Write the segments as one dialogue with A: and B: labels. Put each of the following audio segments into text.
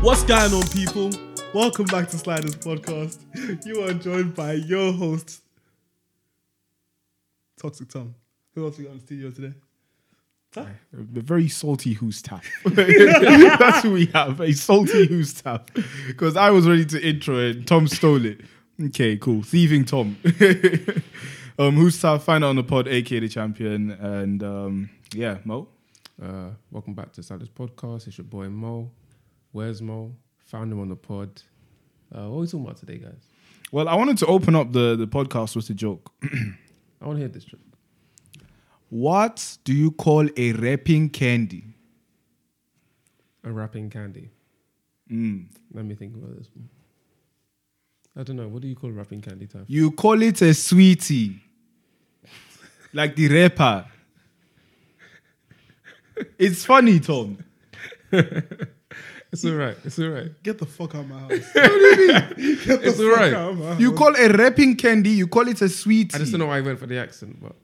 A: What's going on, people? Um, Welcome back to Sliders Podcast. You are joined by your host, Toxic Tom. Who else we got in the studio today?
B: The very salty who's tap. That's who we have. A salty who's tap. Because I was ready to intro it. and Tom stole it. Okay, cool. Thieving Tom. um, who's tap? Find out on the pod, aka the champion. And um, yeah, Mo.
C: Uh, welcome back to Sanders Podcast. It's your boy Mo. Where's Mo? Found him on the pod. Uh, what are we talking about today, guys?
B: Well, I wanted to open up the, the podcast with a joke.
C: I want to hear this joke.
B: What do you call a wrapping candy?
C: A wrapping candy.
B: Mm.
C: Let me think about this one. I don't know. What do you call wrapping candy, Taff?
B: You call it a sweetie. Like the rapper. It's funny, Tom.
C: It's all right. It's all right.
A: Get the fuck out of my house. what do you mean? Get the
C: It's
A: fuck
C: alright.
A: out of my house.
B: You call a wrapping candy, you call it a sweet.
C: I just don't know why I went for the accent, but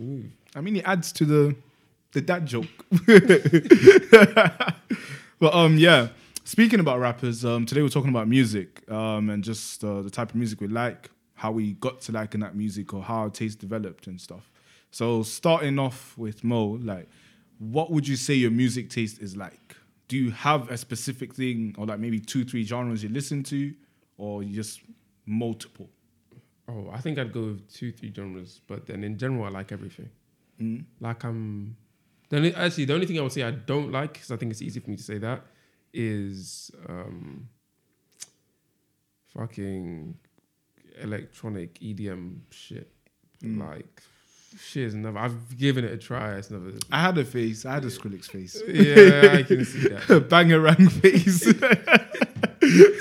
C: Ooh.
B: I mean, it adds to the the dad joke. but um, yeah. Speaking about rappers, um, today we're talking about music um, and just uh, the type of music we like, how we got to liking that music, or how our taste developed and stuff. So starting off with Mo, like, what would you say your music taste is like? Do you have a specific thing, or like maybe two, three genres you listen to, or you just multiple?
C: oh, I think I'd go with two, three genres. But then in general, I like everything.
B: Mm.
C: Like I'm. The only, actually, the only thing I would say I don't like, because I think it's easy for me to say that, is um, fucking electronic EDM shit.
B: Mm.
C: Like, shit is never. I've given it a try. It's never.
B: I had a face. I had a Skrillex face.
C: Yeah, I can see that.
B: Bangerang face.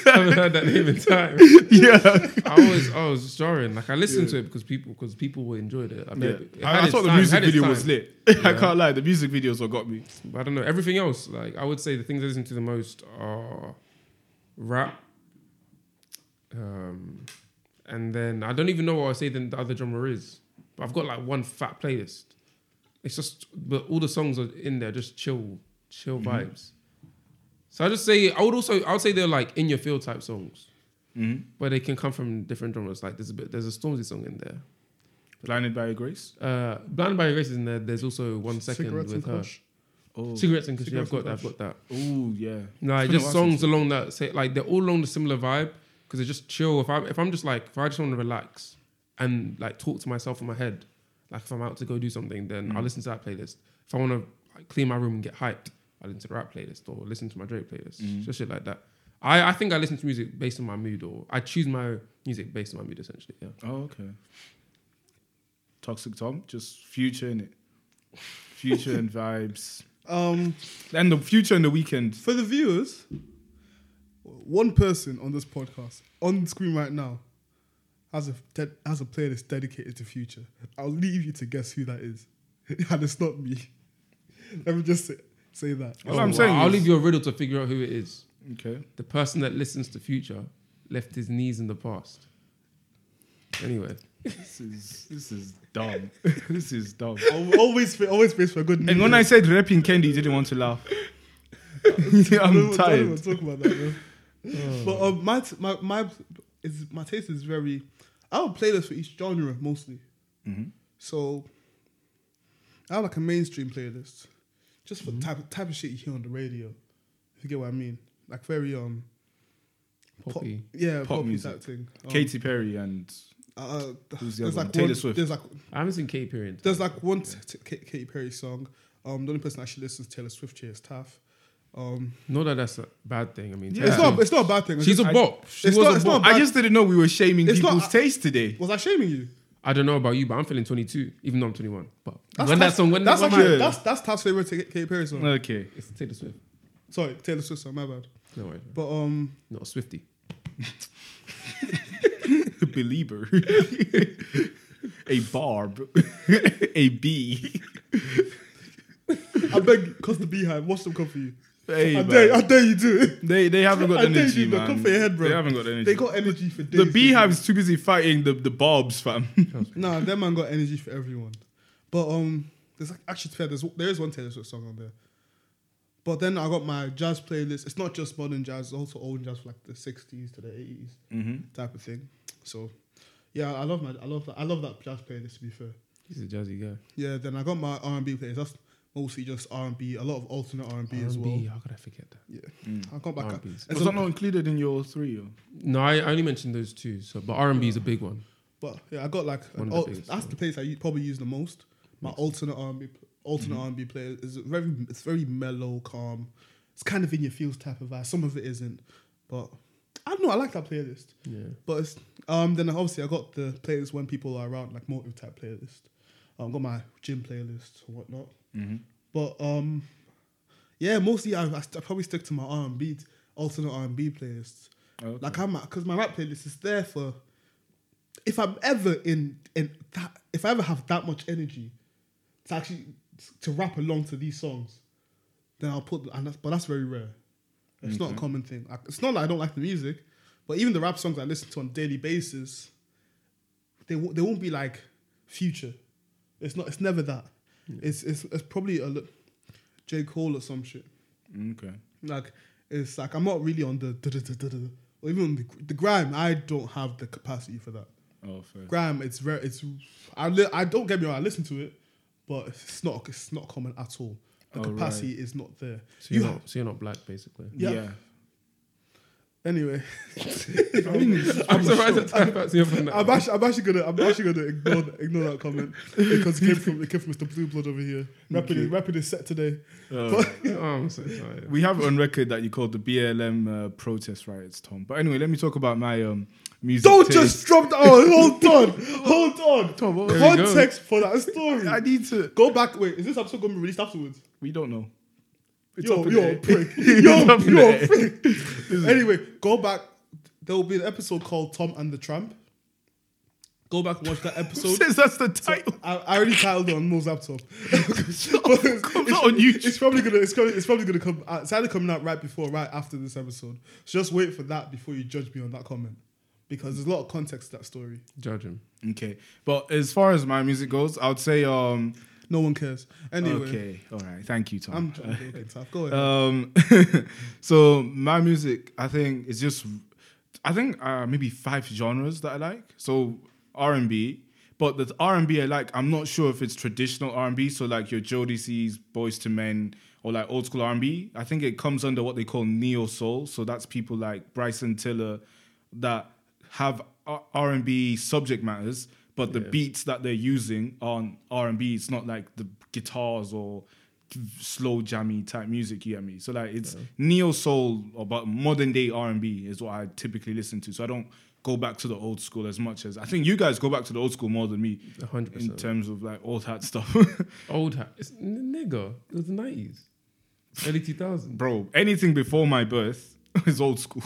C: I haven't heard that name in time.
B: yeah.
C: I was, I was jarring. Like I listened to it because people, because people were enjoyed it. I, mean, it- it had
B: I, I
C: its
B: thought the
C: time, it
B: music
C: had its
B: video was
C: time.
B: lit. I can't lie, the music videos what got me.
C: But I don't know. Everything else, like I would say, the things I listen to the most are rap, um, and then I don't even know what I say. Then the other genre is, but I've got like one fat playlist. It's just, but all the songs are in there, just chill, chill vibes. So I just say I would also I would say they're like in your feel type songs, but they can come from different genres. Like there's a bit, there's a Stormzy song in there.
B: Blinded by Your Grace.
C: Uh, Blinded by Your Grace is in there. There's also one second
A: Cigarettes
C: with
A: and
C: her.
A: Kush.
B: Oh,
C: Cigarettes and Kush. Yeah, I've
A: Cigarettes and
C: got that. I've
A: Kush.
C: got that.
B: Ooh, yeah.
C: No,
B: It's been a
C: just
B: while
C: songs
B: since-
C: along that say like they're all along the similar vibe because they're just chill. If I if I'm just like if I just want to relax and like talk to myself in my head, like if I'm out to go do something, then
B: Mm.
C: I'll listen to that playlist. If I want to like, clean my room and get hyped, I'll listen to the rap playlist or listen to my Drake playlist,
B: Mm.
C: just shit like that. I, I think I listen to music based on my mood or I choose my music based on my mood essentially. Yeah.
B: Oh, okay. Toxic Tom, just future in it. Future and vibes.
A: Um,
B: And the future and the weekend.
A: for the viewers, one person on this podcast, on the screen right now, has a, de- has a playlist dedicated to Future. I'll leave you to guess who that is. and it's not me. Let me just say, say that.
B: That's what I'm
C: wow.
B: saying
C: Oh, I'll
B: is-
C: leave you a riddle to figure out who it is.
B: Okay.
C: The person that listens to Future left his knees in the past. Anyway.
B: This is this is dumb. this is dumb.
A: Al- always, fa- always space for good news.
B: And when I said rapping candy, you didn't want to laugh. I'm tired. Oh.
A: Don't even talk about that, bro. But um, my, t- my my is my taste is very. I would play this for each genre mostly.
B: Oh.
A: So I have like a mainstream playlist, just for
B: Mm-hmm.
A: type type of shit you hear on the radio. If you get what I mean, like very um, pop-
C: Poppy.
A: yeah,
B: Pop
A: poppy
B: music.
A: type thing. Um,
B: Katy Perry and
A: uh,
B: Who's the
A: there's
B: other one?
A: like
B: Taylor
A: one,
B: Swift.
A: There's like
C: I haven't seen Katy Perry. In
A: There's like one t- t- Kate- Katy Perry song. Um, the only person that actually listens to Taylor Swift here is Taff. Um,
C: not that that's a bad thing. I mean,
B: Yeah.
A: It's
C: technically,
A: not. It's not a bad thing. It's
C: she's
A: just
C: a
A: I-
C: bop. She
A: it's
C: was
A: not-
C: a
A: it's
C: bop.
A: not-
B: I just didn't know we were shaming
A: It's not-
B: people's taste today.
A: was I shaming you?
C: I don't know about you, but I'm feeling 22, even though I'm 21. But
A: That's
C: when
A: Taff's-
C: that song, when
A: that's
C: when
A: actually
C: my-
A: that's that's Taff's favorite Ta- Katy Perry song.
B: Okay.
C: it's Taylor Swift.
A: Sorry, Taylor Swift song. My bad.
C: No worries,
A: But um,
C: not Swifty.
B: A believer. a barb. a bee.
A: I beg, cause the Beehive, watch them come for you.
B: Hey,
A: I
B: man.
A: dare, I dare you do it.
B: they, they haven't got
A: I dare
B: energy,
A: you, man.
B: man.
A: Come for your head, bro.
B: They haven't got energy.
A: They got energy for days.
B: the beehive is too busy fighting the, the barbs, fam.
A: Nah, that man got energy for everyone. But um, there's like actually fair. There's there is one Taylor Swift song on there. But then I got my jazz playlist. It's not just modern jazz, it's also old jazz, like the '60s to the '80s
B: Mm-hmm.
A: type of thing. So, yeah, I love my, I love that, I love that jazz playlist. To be fair,
C: He's a jazzy guy.
A: yeah. Then I got my R&B playlist. That's mostly just R&B, a lot of alternate R&B, as well.
C: How could I forget that?
A: Yeah, I got back.
C: R&B.
A: and
B: Was
A: so-
B: that not included in your three? Or?
C: No, I I only mentioned those two. So, but R and B is a big one.
A: But yeah, I got like
C: One of
A: an
C: the
A: al-
C: biggest
A: that's the place I u- probably use the most. My alternate R&B, pl- alternate R&B playlist is very it's very mellow, calm. It's kind of in your feels type of vibe. Some of it isn't, but I don't know. I like that playlist.
C: Yeah.
A: But it's, um, then obviously I got the playlist when people are around, like motive type playlist. I um, got my gym playlist and whatnot. But um, yeah, mostly I, I, st- I probably stick to my R and B alternate R and B playlists.
B: Okay.
A: Like I'm because my rap playlist is there for if I'm ever in in that if I ever have that much energy to actually to rap along to these songs, then I'll put and that's, but that's very rare. It's not a common thing. I, it's not that I don't like the music, but even the rap songs I listen to on a daily basis, they wo- they won't be like future. It's not. It's never that. It's it's it's probably a li- J Cole or some shit.
B: Okay.
A: Like it's like I'm not really on the duh, duh, duh, duh, duh, or even on the, the grime. I don't have the capacity for that.
B: Oh, fair.
A: Grime, it's very it's I li- I don't get me wrong. I listen to it, but it's not it's not common at all. The
B: Oh,
A: capacity is not there.
C: So you're
A: You-
C: not. So you're not black, basically.
A: Yeah. Anyway,
C: I'm surprised that time back to your friend.
A: I'm actually, I'm actually gonna I'm actually gonna ignore that, ignore that comment because it came from it came from Mr. Blue Blood over here. Rapid
B: Okay.
A: rapid is set today.
B: Uh,
C: Oh, I'm so sorry.
B: we have on record that you called the BLM uh, protest riots, Tom. But anyway, let me talk about my um, music.
A: Don't
B: taste.
A: just drop that. Oh, hold on, hold on.
B: Tom, what-
C: There we go.
A: Context for that story.
B: I need to.
A: Go back. Wait, is this episode gonna be released afterwards?
B: We don't know. It's
A: Yo,
B: up in
A: you're
B: the
A: a
B: air.
A: prick.
B: It's
A: Yo,
B: up in the
A: you're
B: air.
A: a prick. anyway, go back. There will be an episode called Tom and the Tramp. Go back and watch that episode.
B: Since that's the title,
A: I, I already titled it on Mo's laptop.
B: comes out on YouTube.
A: It's probably gonna it's, going it's probably gonna come out. It's either coming out right before, or right after this episode. So just wait for that before you judge me on that comment, because there's a lot of context to that story.
C: Judge him.
B: Okay, but as far as my music goes, I would say um.
A: No one cares. Anyway,
B: Okay, all right. Thank you, Tom.
A: I'm John Joking Taff. Go
C: Uh,
A: ahead.
B: Um, so my music, I think, is just, I think uh, maybe five genres that I like. So R and B, but the R and B I like, I'm not sure if it's traditional R and B. So like your Jodeci's, Boys to Men, or like old school R and B. I think it comes under what they call neo soul. So that's people like Bryson Tiller that have R and B subject matters, but the beats that they're using on R and B, it's not like the guitars or slow jammy type music. You get me? So like it's neo soul, or but modern day R and B is what I typically listen to. So I don't go back to the old school as much as I think you guys go back to the old school more than me.
C: A hundred
B: In
C: percent.
B: terms of like old hat stuff,
C: Old hat. It's n- nigga. It was the nineties, early two thousand.
B: bro. Anything before my birth is old school.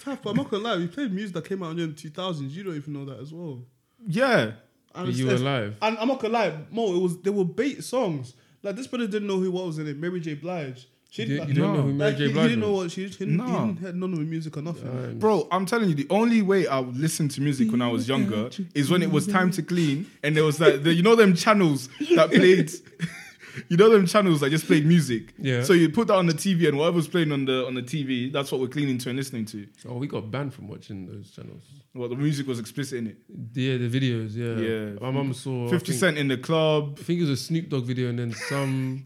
A: Taff, but I'm not gonna lie. We played music that came out in the 2000s. You don't even know that as well.
B: Yeah,
A: And
C: Are you
A: it's-
C: alive?
A: And I'm not gonna lie, Mo, it was they were bait songs. Like this brother didn't know who what was in it. Mary J. Blige. She
C: You didn't-
A: like,
C: you didn't know who Mary
A: like,
C: J.
A: he-
C: Blige
A: He didn't know
C: was?
A: what she. He didn't, he
B: No.
A: didn't had none of her music or nothing.
C: Um,
B: Bro, I'm telling you, the only way I would listen to music when I was younger is when it was time to clean, and there was that, the, you know, them channels that played, you know, them channels that just played music.
C: Yeah.
B: So you put that on the TV, and whatever's playing on the on the TV, that's what we're cleaning to and listening to.
C: oh, we got banned from watching those channels.
B: Well, the music was explicit in it.
C: Yeah, the videos. Yeah,
B: Yeah.
C: My mum saw I
B: Fifty
C: think-
B: Cent in the club.
C: I think it was a Snoop Dogg video, and then some.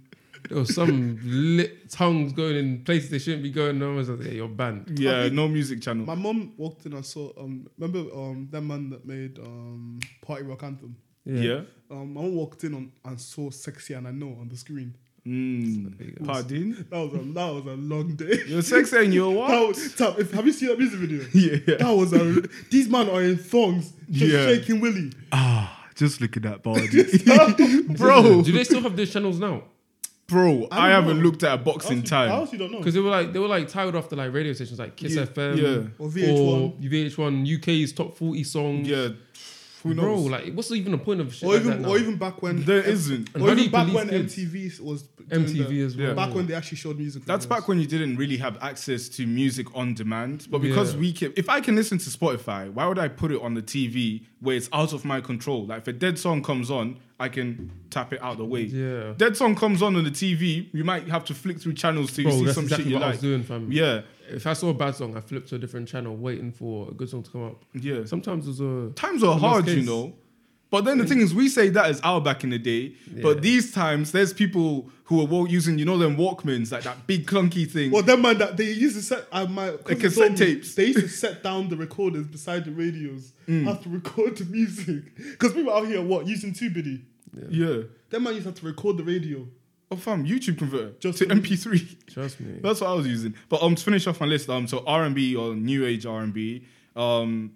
C: There was some lit tongues going in places they shouldn't be going. No one's like, "Yeah, you're banned."
B: Yeah,
A: think-
B: no music channel.
A: My mom walked in and saw. Um, remember um that man that made um party rock anthem.
B: yeah.
A: Um, my mom walked in on, and saw "Sexy and I Know" on the screen.
B: Mm. Pardon.
A: That was a that was a long day.
B: You're sexy and you're
A: That
B: what?
A: was, Taff, if, have you seen that music video?
B: Yeah.
A: That was a. These man are in thongs, just
B: Yeah.
A: shaking willy.
B: Ah, just look at that body,
C: Do
B: bro.
C: they still have those channels now?
B: Bro, I,
A: I don't
B: haven't
A: know.
B: looked at a box in
A: I
B: time.
A: also don't know.
C: Because they were like they were like titled after like radio stations like Kiss
B: Yeah,
C: FM,
B: yeah.
A: Or VH1.
C: or VH1 UK's top forty songs.
B: Yeah. Who knows?
C: bro, like, what's even the point of shit
A: or
C: like
A: even
C: that now?
A: or even back when
B: there
A: M-
B: isn't.
C: And
A: or
C: how do
A: even
C: you
A: back
C: police
A: when
C: kids?
A: MTV was doing
C: MTV
A: the-
C: as well.
A: Back when they actually showed music.
B: That's
A: videos.
B: back when you didn't really have access to music on demand. But because
C: Yeah.
B: we can, if I can listen to Spotify, why would I put it on the TV where it's out of my control? Like if a dead song comes on, I can tap it out the way.
C: Yeah.
B: Dead song comes on on the TV, you might have to flick through channels till
C: Bro,
B: you see
C: that's
B: some
C: exactly
B: shit you
C: what I
B: like.
C: was doing, fam.
B: Yeah,
C: If I saw a bad song, I flipped to a different channel, waiting for a good song to come up.
B: yeah.
C: Sometimes there's a
B: times are
C: In
B: hard,
C: most
B: you
C: case.
B: know. But then the thing is, we say that is our back in the day.
C: Yeah.
B: But these times, there's people who are wa- using, you know, them Walkmans, like that big clunky thing.
A: Well, them man that they used to set uh, my cousin
B: cassette
A: told me,
B: tapes.
A: They used to set down the recorders beside the radios, have to record the music because people out here what using tubidi.
B: Yeah.
A: Them man used to have to record the radio.
B: Oh, fam, YouTube converter
A: Just
B: to
A: to-
B: MP3.
C: trust me.
B: That's what I was using. But um, to finish off my list, um, so R and B or new age R and B, um,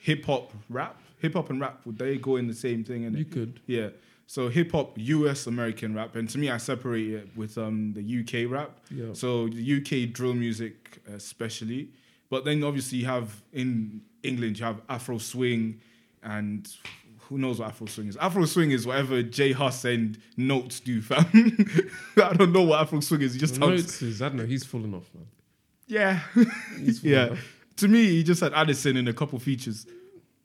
B: hip hop, rap, hip hop and rap would they go in the same thing? And
C: You could.
B: yeah. So hip hop, U.S. American rap, and to me, I separate it with um the U.K. rap.
C: Yeah.
B: So the U.K. drill music, especially, but then obviously you have in England you have Afro swing, and who knows what Afro swing is? Afro swing is whatever J Huss and Notes do, fam. I don't know what Afro swing is. It just
C: No,
B: sounds
C: it's- I don't know. He's falling off, man.
B: yeah.
C: He's falling
B: yeah.
C: off.
B: To me, he just had Addison in a couple features.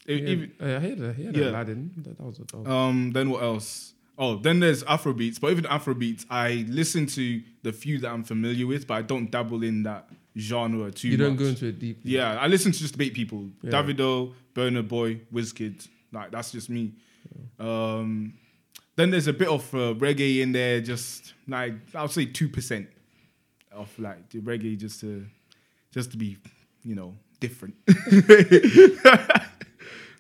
C: Yeah,
B: It- even-
C: I heard that. He had
B: Yeah.
C: Aladdin. That, that was a that was-
B: um, then what else? Oh, then there's Afrobeats. But even Afrobeats, I listen to the few that I'm familiar with, but I don't dabble in that genre too
C: You don't
B: much.
C: go into it deep.
B: yeah, I listen to just the big people.
C: Yeah.
B: Davido, Burner Boy, Wizkid. Like, that's just me. Um, then there's a bit of uh, reggae in there, just like, I'll say 2% of like the reggae just to, just to be, you know, different.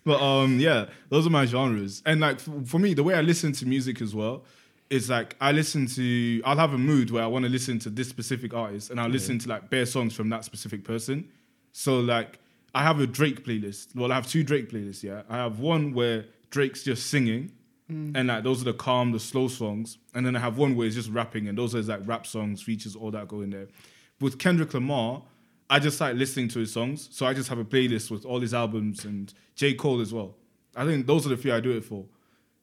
B: But um, yeah, those are my genres. And like for, for me, the way I listen to music as well is like I listen to. I'll have a mood where I want to listen to this specific artist, and I'll listen to like bare songs from that specific person. So like I have a Drake playlist. Well, I have two Drake playlists. Yeah, I have one where Drake's just singing. And like those are the calm, the slow songs, and then I have one where it's just rapping, and those are like rap songs, features, all that go in there. With Kendrick Lamar, I just started listening to his songs. So I just have a playlist with all his albums and J. Cole as well. I think those are the few I do it for.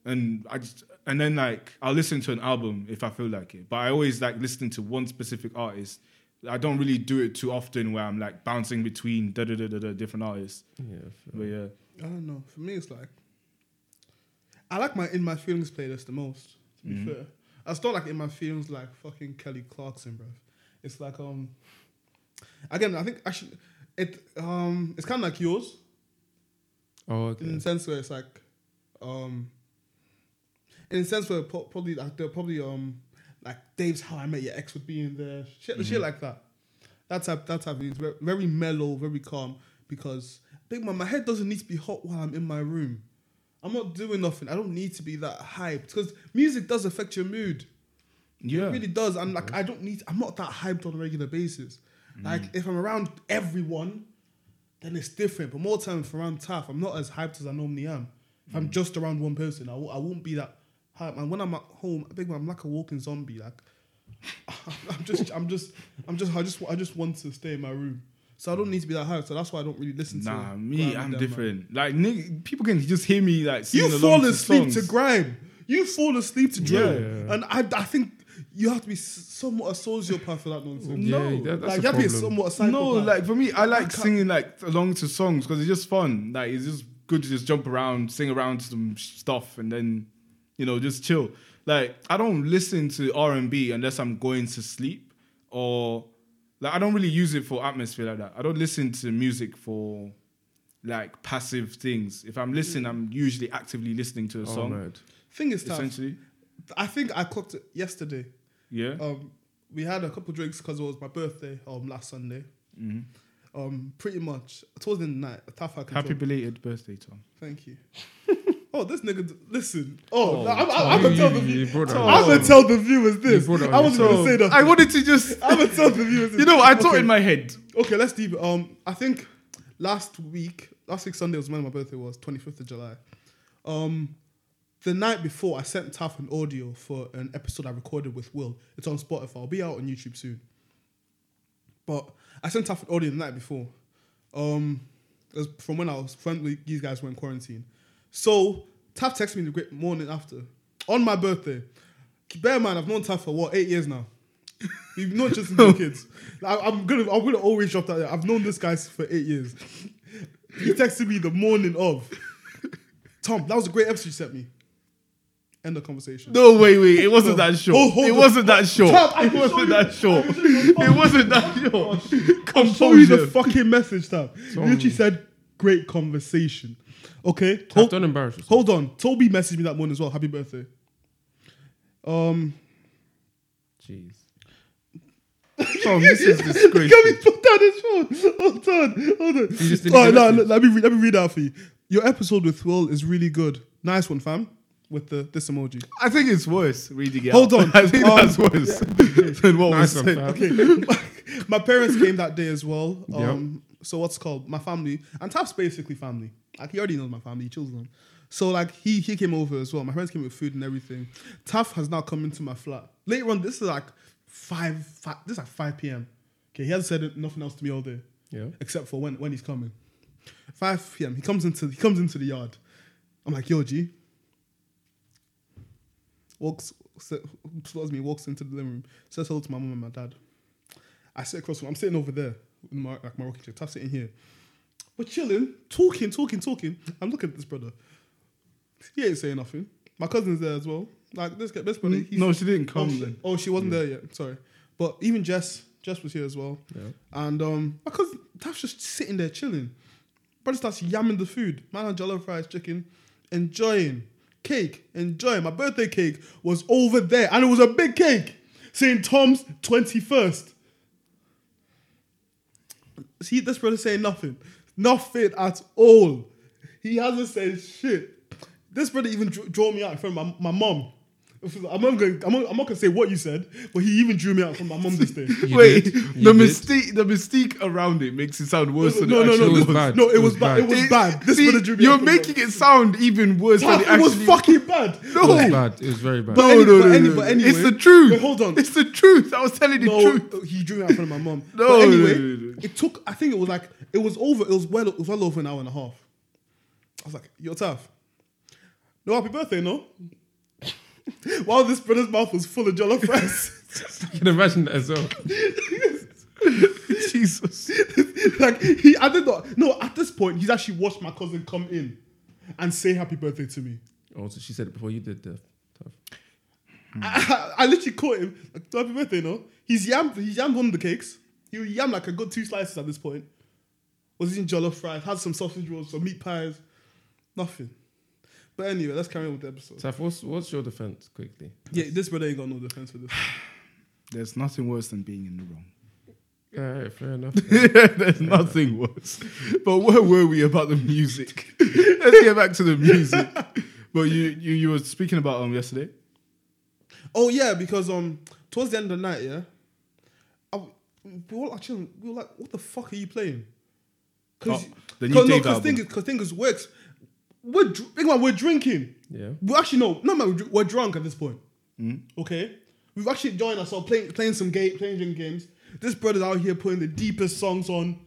B: And I just and then like I'll listen to an album if I feel like it. But I always like listening to one specific artist. I don't really do it too often where I'm like bouncing between da da da da, da different artists.
C: Yeah,
B: But yeah.
A: I don't know. For me, it's like I like my in my feelings playlist the most. To be fair, I still like in my feelings like fucking Kelly Clarkson, bro. It's like um, again, I think actually it um, it's kind of like yours.
C: Oh, okay.
A: in the sense where it's like, um, in the sense where po- probably like there probably um like Dave's How I Met Your Ex would be in there, shit, shit like that. That type, that type of thing. It's ve- very mellow, very calm because big man, my head doesn't need to be hot while I'm in my room. I'm not doing nothing. I don't need to be that hyped because music does affect your mood. It
B: Yeah.
A: really does. I'm like, I don't need. I'm not that hyped on a regular basis.
B: Mm.
A: Like, if I'm around everyone, then it's different. But more times, if I'm around Taff, I'm not as hyped as I normally am. If I'm
B: Mm.
A: just around one person, I w- I won't be that hyped. And when I'm at home, I think I'm like a walking zombie. Like, I'm just, I'm just, I'm just, I just, I just want to stay in my room. So I don't need to be that hyped. So that's why I don't really listen to.
B: Mm. Nah,
A: Grime
B: me,
A: and
B: I'm
A: them, man.
B: different. Like nigga, people can just hear me like singing
A: You
B: along
A: fall asleep
B: songs.
A: to grime. You fall asleep to drill.
B: Yeah.
A: And I, I think you have to be s- somewhat a sociopath for that nonsense.
C: yeah,
B: no,
C: that, that's
A: like
C: a
A: you have to be
C: problem.
A: somewhat a psychopath.
B: No, like for me, I like
A: can't-
B: singing like along to songs because it's just fun. Like it's just good to just jump around, sing around to some sh- stuff, and then you know just chill. Like I don't listen to R and B unless I'm going to sleep or like I don't really use it for atmosphere like that. I don't listen to music for like passive things. If I'm listening, I'm usually actively listening to a
C: Oh,
B: song.
C: mad.
A: thing is tough.
B: essentially,
A: I think I clocked it yesterday.
B: yeah.
A: Um, we had a couple drinks because it was my birthday um last Sunday.
B: Mhm.
A: Um, pretty much towards the night. Tough I
B: Happy
A: control.
B: belated birthday, Tom.
A: Thank you. oh, this nigga, d- listen. Oh,
B: Oh,
A: no, I'm, I'm, I'm gonna
C: You-
A: tell the
C: you- you
A: view.
C: brought that
A: I'm
C: on.
A: gonna tell the viewers this.
C: brought it
A: I
C: on
A: wasn't gonna say that.
B: I wanted to just,
A: I'm gonna tell the viewers. This.
B: you know, I thought
A: Okay.
B: in my head.
A: Okay, let's deep. Um, I think last week, last week Sunday was when my birthday was, twenty fifth of July. Um, the night before, I sent Taff an audio for an episode I recorded with Will. It's on Spotify. I'll be out on YouTube soon. But I sent Taff an audio the night before. Um, it was from when I was from when these guys were in quarantine. So Taff texted me the great morning after on my birthday. Bear in mind, I've known Taff for what eight years now. We've known just since we were kids. Like, I- I'm gonna, I'm gonna always drop that. there. I've known this guy for eight years. He texted me the morning of. Tom, that was a great episode you sent me. End the conversation.
B: No, wait, wait. It wasn't that short.
A: Hold- hold
B: it
A: on.
B: wasn't that short.
A: Tab, I
B: it
A: can show
B: wasn't
A: you- I
B: that
A: can
B: short.
A: show you the
B: It wasn't that short.
A: Show you the
B: Composure.
A: fucking message, Tom. You literally said, great conversation. Okay. hold-
C: don't embarrass yourself.
A: Hold on. Toby messaged me that morning as well. Happy birthday. Um,
C: Jeez.
B: Tom, this is
A: can we
B: disgraceful.
A: put down his phone? Hold on, hold on.
C: just didn't
A: Alright,
C: get
A: no, let,
C: it.
A: let me read, let me read out for you. Your episode with Will is really good. Nice one, fam. With the this emoji.
B: I think it's worse reading it.
A: Hold
B: out.
A: on.
B: I think
A: Um,
B: that's worse than what
C: Nice
B: was
C: one,
B: said.
C: fam.
A: Okay, my, my parents came that day as well. Um, so what's it called my family and Tap's basically family. Like he already knows my family, he chills with them. So like he he came over as well. My parents came with food and everything. Taff has now come into my flat later on. This is like five, five this is like five p.m. Okay, he hasn't said nothing else to me all day.
C: Yeah.
A: except for when, when he's coming. 5 p.m. He comes into he comes into the yard. I'm like, yo, G. Walks se- slows me, walks into the living room, says hello to my mum and my dad. I sit across from I'm sitting over there in my like my rocking chair. Tough sitting here. We're chilling, talking, talking, talking. I'm looking at this brother. He ain't saying nothing. My cousin's there as well. Like this guy- this brother.
B: N-
A: he's-
B: no, she didn't
A: Oh,
B: come
A: she,
B: then.
A: oh, she wasn't there yet. Sorry, but even Jess, Jess was here as well.
C: Yeah.
A: And um, because Taf's just sitting there chilling, brother starts yamming the food. Man had jollof rice, chicken, enjoying cake, enjoying. My birthday cake was over there, and it was a big cake, St. Tom's twenty first. See, this brother saying nothing, nothing at all. He hasn't said shit. This brother even drew, drew me out in front of my, my mom. I'm not, going, I'm, not, I'm not gonna say what you said, but he even drew me out from my mom this day.
C: You
B: Wait,
C: did. You
B: the
C: did.
B: mystique, the mystique around it makes it sound worse than
A: No,
B: it
A: no,
B: actually
A: no,
C: was
A: no,
C: bad.
A: no, it
C: It
A: was
C: was
A: bad. It was
B: It-
A: bad. This
B: see,
A: brother drew me
B: you're
A: out from my-
B: making it sound even worse than
A: Tough,
B: it
A: it was
B: actually
A: fucking bad.
B: No.
C: It was bad. It was very bad.
B: No,
A: any-
B: no,
A: but
B: no,
A: any-
B: no, no.
A: but anyway-
B: it's the truth.
A: Wait, hold on.
B: It's the truth. I was telling the
A: no, uh,
B: truth.
A: he drew me out in front of my mom.
B: No,
A: but anyway,
B: no, no, no.
A: it took. I think it was like it was over. It was well. It was well over an hour and a half. I was like, "You're tough." No happy birthday, no. While this brother's mouth was full of jollof rice,
C: I can imagine that as well.
B: Jesus.
A: like he, I did not. No, at this point, he's actually watched my cousin come in and say happy birthday to me.
C: Oh, so she said it before you did, Dev. Tough.
A: I, I literally caught him. Like, happy birthday, no? He's yammed, he's yammed one of the cakes. He yammed like a good two slices at this point. Was eating jollof fries, had some sausage rolls, some meat pies, nothing. But anyway, let's carry on with the episode.
C: Taf, what's, what's your defense quickly?
A: Yeah, this brother ain't got no defense for this.
B: There's nothing worse than being in the wrong.
C: All right, Uh, fair enough.
B: There's nothing worse. But where were we about the music? Let's get back to the music. But you, you, you were speaking about um yesterday.
A: Oh yeah, because um towards the end of the night, yeah, I, we were all like chilling. We were like, "What the fuck are you playing?" Because
B: Oh, the new
A: because no,
B: Dave
A: because
B: album.
A: thing is, because thing is, works. We're dr- big man, we're drinking.
C: Yeah.
A: We actually no, no man, we're, dr- we're drunk at this point.
B: Hmm?
A: Okay, we've actually joined ourselves playing playing some game playing drink games. This brother's out here putting the deepest songs on.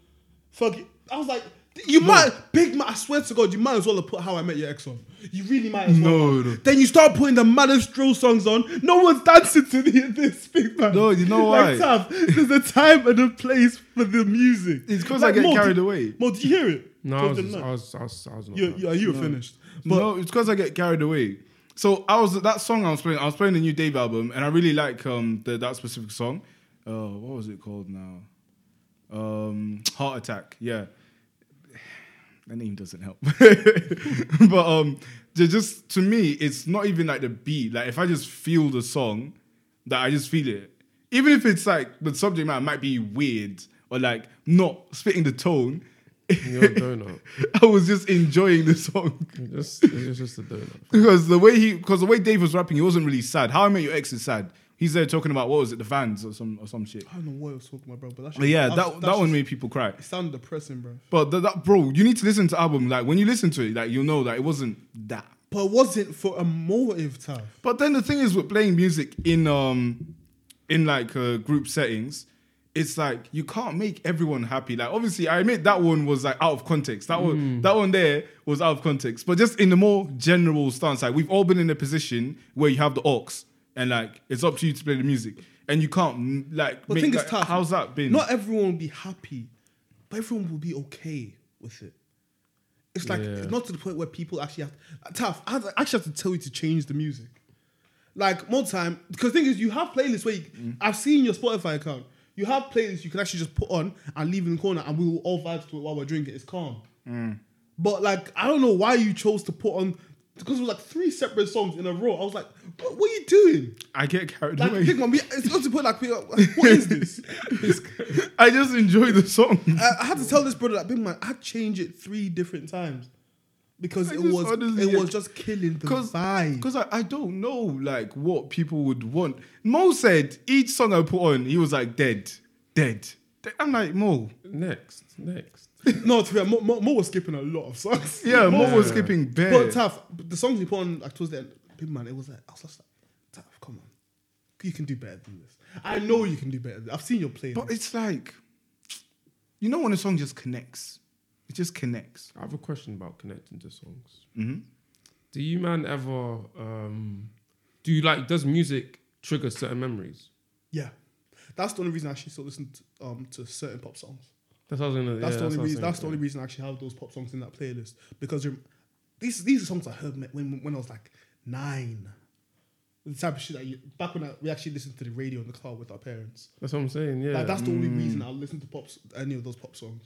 A: Fuck it. I was like, you might big man. I swear to God, you might as well have put How I Met Your Ex on. You really might as well.
B: No, no.
A: Then you start putting the maddest drill songs on. No one's dancing to the, this big man.
B: No, you know why?
A: like, Tav, there's a time and a place for the music.
B: It's 'cause I get
A: Mo,
B: carried
A: did-
B: away.
A: Mo, did you hear it?
C: No, I
A: Towards
C: was,
A: the
C: just,
A: night.
C: I was, I was, I was not.
A: you,
C: bad.
A: you, you were finished. But
B: no, it's because I get carried away. So I was that song I was playing. I was playing the new Dave album, and I really like um the, that specific song. Uh, what was it called now? Um, Heart Attack. Yeah, the name doesn't help. but um, ju- just to me, it's not even like the beat. Like if I just feel the song, that I just feel it. Even if it's like the subject matter might be weird or like not spitting the tone,
C: You're a donut.
B: I was just enjoying the song.
C: You're just, it's just a donut.
B: Because the way he, because the way Dave was rapping, he wasn't really sad. How I Met Your Ex is sad. He's there talking about what was it, the fans or some or some shit.
A: I don't know what I was talking about, bro. But, that
B: But yeah,
A: shit-
B: that that,
A: shit
B: one made people cry.
A: sound depressing, bro.
B: But th- that bro, you need to listen to the album. Like when you listen to it, like you'll know that it wasn't that.
A: But was it for a motive, Tav?
B: But then the thing is, with playing music in um in like uh, group settings, it's like you can't make everyone happy. Like obviously, I admit that one was like out of context. That one, that one there was out of context. But just in the more general stance, like we've all been in a position where you have the aux, and like it's up to you to play the music, and you can't mm, like.
A: But I
B: make-
A: think it's
B: like,
A: tough.
B: How's that been?
A: Not everyone will be happy, but everyone will be okay with it. It's like
C: Yeah.
A: it's not to the point where people actually have tough. I had- I actually have to tell you to change the music. Like more time, because the thing is, you have playlists where you,
B: Mm.
A: I've seen your Spotify account. You have playlists you can actually just put on and leave in the corner, and we will all vibe to it while we're drinking. It's calm.
B: Mm.
A: But like, I don't know why you chose to put on because it was like three separate songs in a row. I was like, what, what are you doing?
B: I get carried
A: Like,
B: away.
A: think on me. It's not to put like, uh, what is this?
B: I just enjoy the song.
A: I, I had to tell this brother that big man, I changed it three different times because
B: I
A: it
B: just
A: was
B: honestly-
A: it was just killing the
B: Cause,
A: vibe.
B: Cause I, I don't know like what people would want. Mo said each song I put on, he was like dead, dead. dead. I'm like Mo.
C: Next, next.
A: no, to be fair, Mo, Mo, Mo was skipping a lot of songs.
B: Yeah, Mo was
C: Yeah.
B: skipping bare.
A: but tough. but The songs he put on like towards the end, big man, it was like I was just like, tough. Come on, you can do better than this. I know you can do better. Than I've seen your play.
B: But it's like, you know, when a song just connects, it just connects.
C: I have a question about connecting to songs.
A: Mm-hmm.
C: Do you man ever um, do you like does music trigger certain memories?
A: yeah, that's the only reason I actually still listen to, um, to certain pop songs.
C: That's what I was gonna.
A: That's
C: yeah,
A: the only
C: what I was
A: reason. That's the
C: saying.
A: only reason I actually have those pop songs in that playlist because you're- these these are songs I heard me- when when I was like nine. The type of shit that you, back when I, we actually listened to the radio in the car with our parents.
C: That's what I'm saying. Yeah,
A: Like that's the only
B: mm.
A: reason I listen to pops any of those pop songs.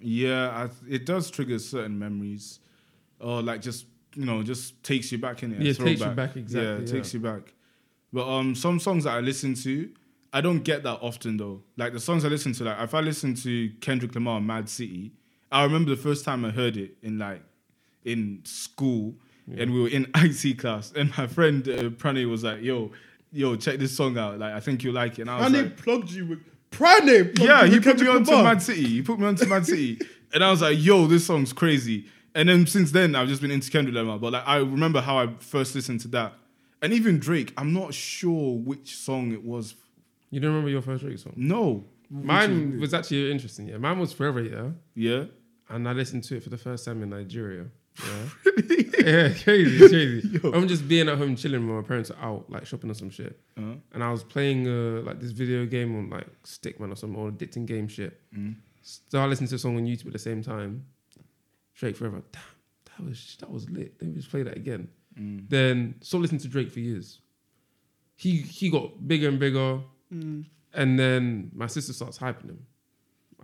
B: Yeah, I, th- it does trigger certain memories, or like just you know, just takes you back in it.
C: Yeah, it takes you back, exactly,
B: Yeah, it
C: yeah.
B: takes you back. But um, some songs that I listen to, I don't get that often though. Like the songs I listen to, like if I listen to Kendrick Lamar, Mad City, I remember the first time I heard it in like in school, and we were in IT class, and my friend uh, Pranay was like, "Yo, yo, check this song out. Like I think you'll like it." And I was
A: And
B: like,
A: they plugged you with Prane. plugged
B: yeah,
A: you
B: he
A: with
B: put me
A: Kendrick
B: onto
A: Lamar.
B: Mad City. He put me onto Mad City, and I was like, "Yo, this song's crazy." And then since then, I've just been into Kendrick Lamar. But like, I remember how I first listened to that, and even Drake. I'm not sure which song it was.
C: You don't remember your first Drake song?
B: No, Which
C: Mine
B: is-
C: was actually interesting. Yeah, mine was Forever. Yeah,
B: yeah.
C: and I listened to it for the first time in Nigeria. Yeah, yeah crazy, crazy. I'm just being at home chilling when my parents are out, like shopping or some shit.
B: Uh-huh.
C: and I was playing uh, like this video game on like Stickman or some or addicting game shit.
B: Mm.
C: So I listened to a song on YouTube at the same time. Drake Forever. Damn, that was that was lit. Let me just play that again.
B: Mm.
C: Then stopped listening to Drake for years. He he got bigger and bigger,
A: Mm.
C: and then my sister starts hyping him.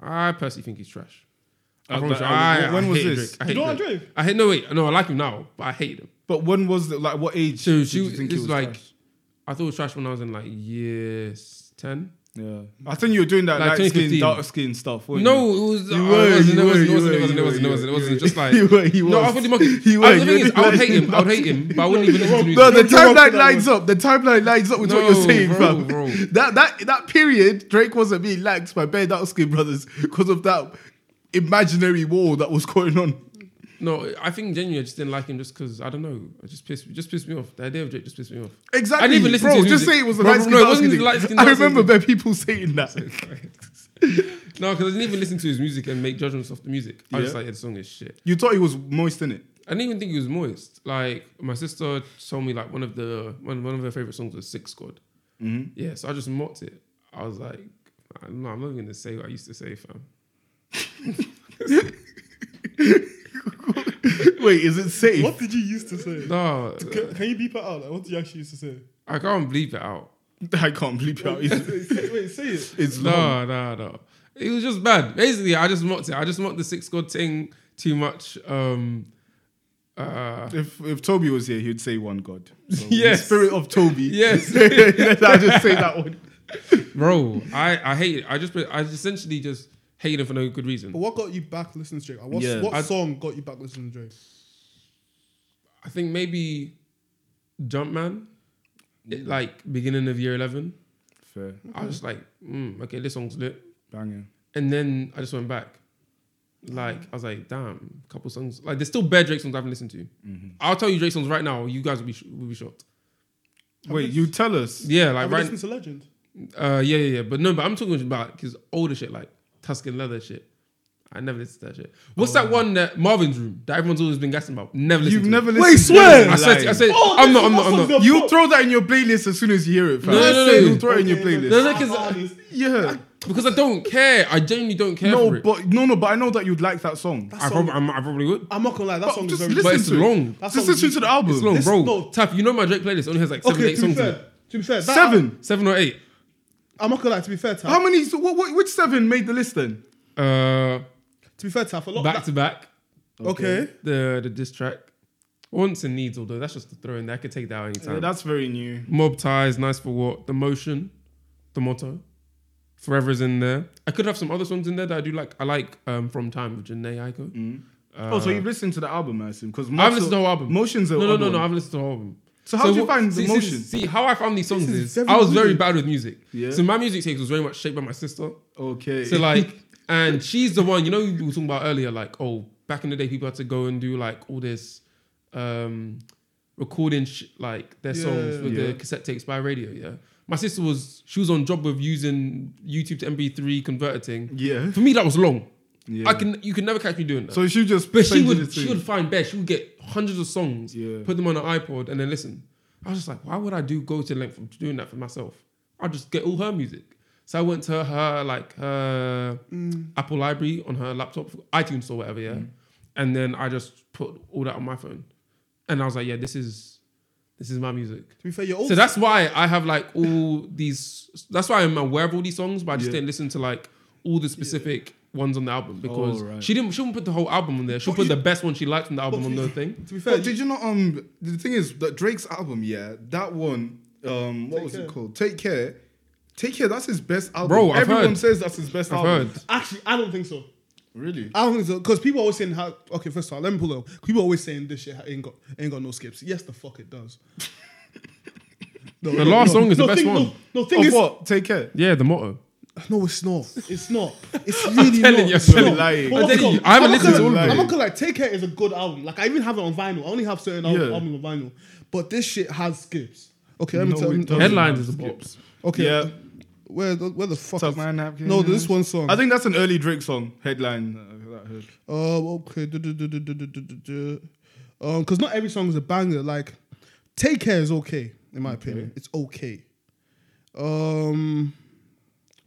C: I personally think he's trash. I
B: Uh,
C: promise
B: but,
C: you,
B: uh,
C: I,
B: when
C: I
B: was
C: hated
B: this?
C: Drake. I
A: You
C: hate
A: don't want
C: Drake.
A: Drake?
C: I hate no wait. No, I like him now, but I hate him.
B: But when was the, like what age?
C: So
B: did
C: she
B: you
C: was-
B: think
C: it's
B: it was
C: like-
B: trash?
C: I thought it was trash when I was in like year s- ten.
B: yeah. I think you were doing that
C: Like
B: light skin,
C: 2015.
B: dark skin stuff. weren't
C: No, it was.
B: you?
C: uh,
B: You were,
C: it wasn't,
B: you
C: it
B: were,
C: wasn't, it
B: you
C: wasn't, it
B: were,
C: wasn't, it
B: you
C: wasn't, it
B: were,
C: wasn't, it
B: you
C: wasn't.
B: were.
C: Just like
B: You were, he
C: no, I
B: was.
C: thought the monkey.
B: He was,
C: I- the
B: you
C: thing is,
B: were,
C: I would
B: you
C: hate
B: were.
C: him. I would hate him, but I wouldn't even listen
B: No,
C: to music.
B: the
A: You're wrong for
B: timeline
A: that
B: lines up. The timeline lines up with what
C: No,
B: you're saying,
C: bro,
B: fam.
C: bro.
B: That that that period, Drake wasn't being liked by Bare Dark Skin Brothers because of that imaginary war that was going on.
C: No, I think genuinely I just didn't like him just because I don't know. It just pissed, it just pissed me off. The idea of Drake just pissed me off.
B: Exactly.
C: I didn't even listen
B: bro,
C: to his
B: just
C: music.
B: say it was the
C: Bro,
B: light skin,
C: no, it
B: dark
C: wasn't
B: skin
C: the light
B: thing.
C: skin,
B: I
C: dark skin
B: remember
C: thing.
B: bare people saying that.
C: No, because I didn't even listen to his music and make judgments off the music. I was just
B: Yeah.
C: like, yeah, the song is shit.
B: You thought he was moist in it.
C: I didn't even think he was moist. Like my sister told me, like one of the one, one of her favorite songs was Six God.
B: Mhm.
C: Yeah, so I just mocked it. I was like, I- no, I'm not even gonna say what I used to say, fam.
B: Wait, is it safe?
A: What did you used to say?
C: No,
A: Can, can you beep it out? Like, what did you actually used to say?
C: I can't bleep it out.
B: I can't bleep it out. It's,
A: Wait, say, wait, say it.
B: it's long.
C: No, no, no. It was just bad. Basically, I just mocked it. I just mocked the six god thing too much. Um, uh,
B: If if Toby was here, he'd say one God. So in
C: Yes.
B: The spirit of Toby.
C: Yes.
B: I'll just say that one.
C: bro, I, I hate it. I just I essentially just hate him for no
A: But
C: good reason.
A: what got you back listening to Drake? What,
B: Yeah.
A: what
C: I-
A: song got you back listening to Drake?
C: I think maybe Jumpman, it, like beginning of year eleven.
B: Fair.
C: I was just like, mm, okay, this song's lit.
B: Banging.
C: And then I just went back. Like, I was like, damn, a couple songs. Like, there's still bare Drake songs I haven't listened to. I'll tell you Drake songs right now. You guys will be, sh- will be shocked.
B: Wait, you tell us.
C: Yeah,
A: Like,
C: like
A: Have
C: right.
A: you listened to Legend?
C: Uh, yeah, yeah, yeah. But no, but I'm talking about his older shit, like Tuscan leather shit. I never listened to that shit. What's that one that Marvin's Room that everyone's always been gassing about? Never listened
B: You've
C: to
B: never
C: it.
B: listened.
A: Wait,
B: to
A: swear!
B: it.
C: I said, I said, I'm not, I'm not, I'm not.
B: You throw that in your playlist as soon as you hear it. Fam.
C: No, no, no,
B: Say
C: no.
B: you throw it in your playlist.
C: No, no, 'cause-
B: yeah.
C: Because I don't care. I genuinely don't care.
B: No,
C: for it.
B: but no, no, but I know that you'd like that song.
C: I, prob- I'm- I probably would.
A: I'm not gonna lie, that
B: But
A: song is
B: just
A: very.
B: listen
C: But it's
B: to it.
C: long.
A: That
B: Just
A: song
B: listen
A: is-
B: to the album.
C: It's long,
A: This-
C: bro.
A: no.
C: Tap, you know my Drake playlist only has like seven,
A: okay,
C: eight
A: to be
C: songs. in
A: fair,
C: it.
A: to be fair, that,
B: Seven.
C: Seven or eight.
A: I'm not gonna lie. To be fair, Taff.
B: How many? so What, what, which seven made the list then?
C: Uh,
A: to be fair, Taff. A lot.
C: back
A: that-
C: to back.
A: okay.
C: The the diss track. Wants and needs, although that's just a throw in there. I could take that out anytime.
B: that's very new.
C: Mob ties, nice for what? The motion, the motto. Forever's in there. I could have some other songs in there that I do like. I like um, From Time with Janae Aiko.
B: oh, so you've listened to the album, I assume? Because
C: I've Uh, listened to the whole album.
B: Motion's a
C: no, no, no,
B: album.
C: no. I've listened to the whole album.
B: So how did you
C: what-
B: find the
C: see, see,
B: motion?
C: See how I found these songs
A: This is
C: is,
A: very
C: I was very
A: weird.
C: bad with music.
B: Yeah.
C: So my music taste was very much shaped by my sister.
B: Okay.
C: So like, and she's the one you know you were talking about earlier. Like, oh, back in the day, people had to go and do like all this um recording sh- like their songs
A: Yeah.
C: with
B: Yeah.
C: the cassette tapes by radio. Yeah, my sister was she was on job with using YouTube to MP3 converting.
B: yeah.
C: For me, that was long.
B: Yeah.
C: I can you can never catch me doing that.
B: So she just.
C: But she
B: sent you
C: would
B: the
C: she
B: thing.
C: would find best. She would get hundreds of songs,
B: Yeah.
C: put them on an iPod, and then listen. I was just like, why would I do go to the length of doing that for myself? I'll just get all her music. So I went to her like her
A: Mm,
C: Apple Library on her laptop, iTunes or whatever, yeah. And then I just put all that on my phone, and I was like, yeah, this is this is my music.
A: To be fair, you're old.
C: So that's why I have like all these. That's why I'm aware of all these songs, but I just
B: Yeah.
C: didn't listen to like all the specific ones on the album because
B: right.
C: she didn't. She wouldn't put the whole album on there. She'll
A: But
C: put
A: you-
C: the best one she liked on the album
A: but
C: on
A: you-
C: the thing.
A: to be fair,
B: But did you not? Um, the thing is that Drake's album, yeah, that one. Um, what
A: Take
B: was
A: Care.
B: it called? Take care. Take care. That's his best album.
C: Bro, I've
B: everyone
C: heard.
B: says that's his best
C: I've
B: album. Uh,
C: heard.
A: actually, I don't think so.
B: Really?
A: I don't think so because people always saying how. Okay, first of all, let me pull it up. People always saying this shit ain't got ain't got no skips. Yes, the fuck it does. No,
C: The last song is the best
A: thing-
C: one.
A: No, no thing
B: Of
A: is,
B: what? Take care.
C: Yeah, the motto.
A: no, it's not. It's not. It's really
C: telling
A: not.
C: you, I'm
A: It's
C: telling
A: not.
B: you. Lying.
A: But
B: I'm
A: what's
C: telling you,
A: called-
C: I haven't
A: I'm not
C: listened to
A: gonna-
B: all of
A: I'm
B: it.
A: not gonna like Take Care is a good album. Like I even have it on vinyl. I only have certain al-
B: Yeah.
A: albums on vinyl, but this shit has skips. Okay, let me
B: No,
A: tell
B: it
A: you.
B: doesn't.
C: Headlines is a bops.
A: Okay,
B: Yeah.
A: where the, where the fuck?
B: Tuck
A: is-
B: my napkin
A: no,
B: in
A: this
B: my-
A: one song.
B: I think that's an early Drake song headline. uh, that I heard.
A: Um, okay. Du- du- du- du- du- du- du- du- du. Um, because not every song is a banger. Like, Take Care is okay, in my opinion. It's okay. Um,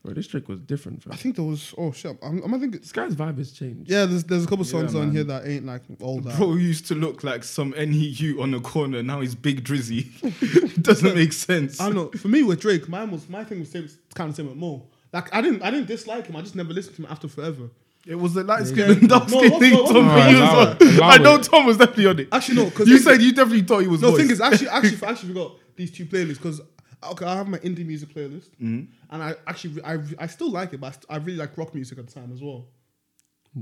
C: Bro, this trick was different. Bro.
A: I think there was. Oh shit! I'm, I'm I think.
C: This guy's vibe has changed.
A: Yeah, there's there's a couple songs
B: man.
A: on here that ain't like all that.
B: Bro used to look like some NEU on the corner. Now he's Big Drizzy. Doesn't make sense.
A: I don't know. For me, with Drake, mine was my thing was same, kind of same with Mo. Like, I didn't I didn't dislike him. I just never listened to him after forever.
B: It was the light skin and dark
A: No,
B: skin
A: what-
B: thing
A: what-
B: Tom
C: what-
B: used
C: Allow
B: on.
C: it, allow
B: I know
C: it.
B: Tom was definitely on it.
A: Actually, no, because
B: You said you definitely thought he was.
A: No,
B: voiced.
A: thing is, actually, actually, I actually forgot these two playlists because okay, I have my indie music playlist,
C: Mm-hmm.
A: and I actually I, I still like it, but I, st- I really like rock music at the time as well.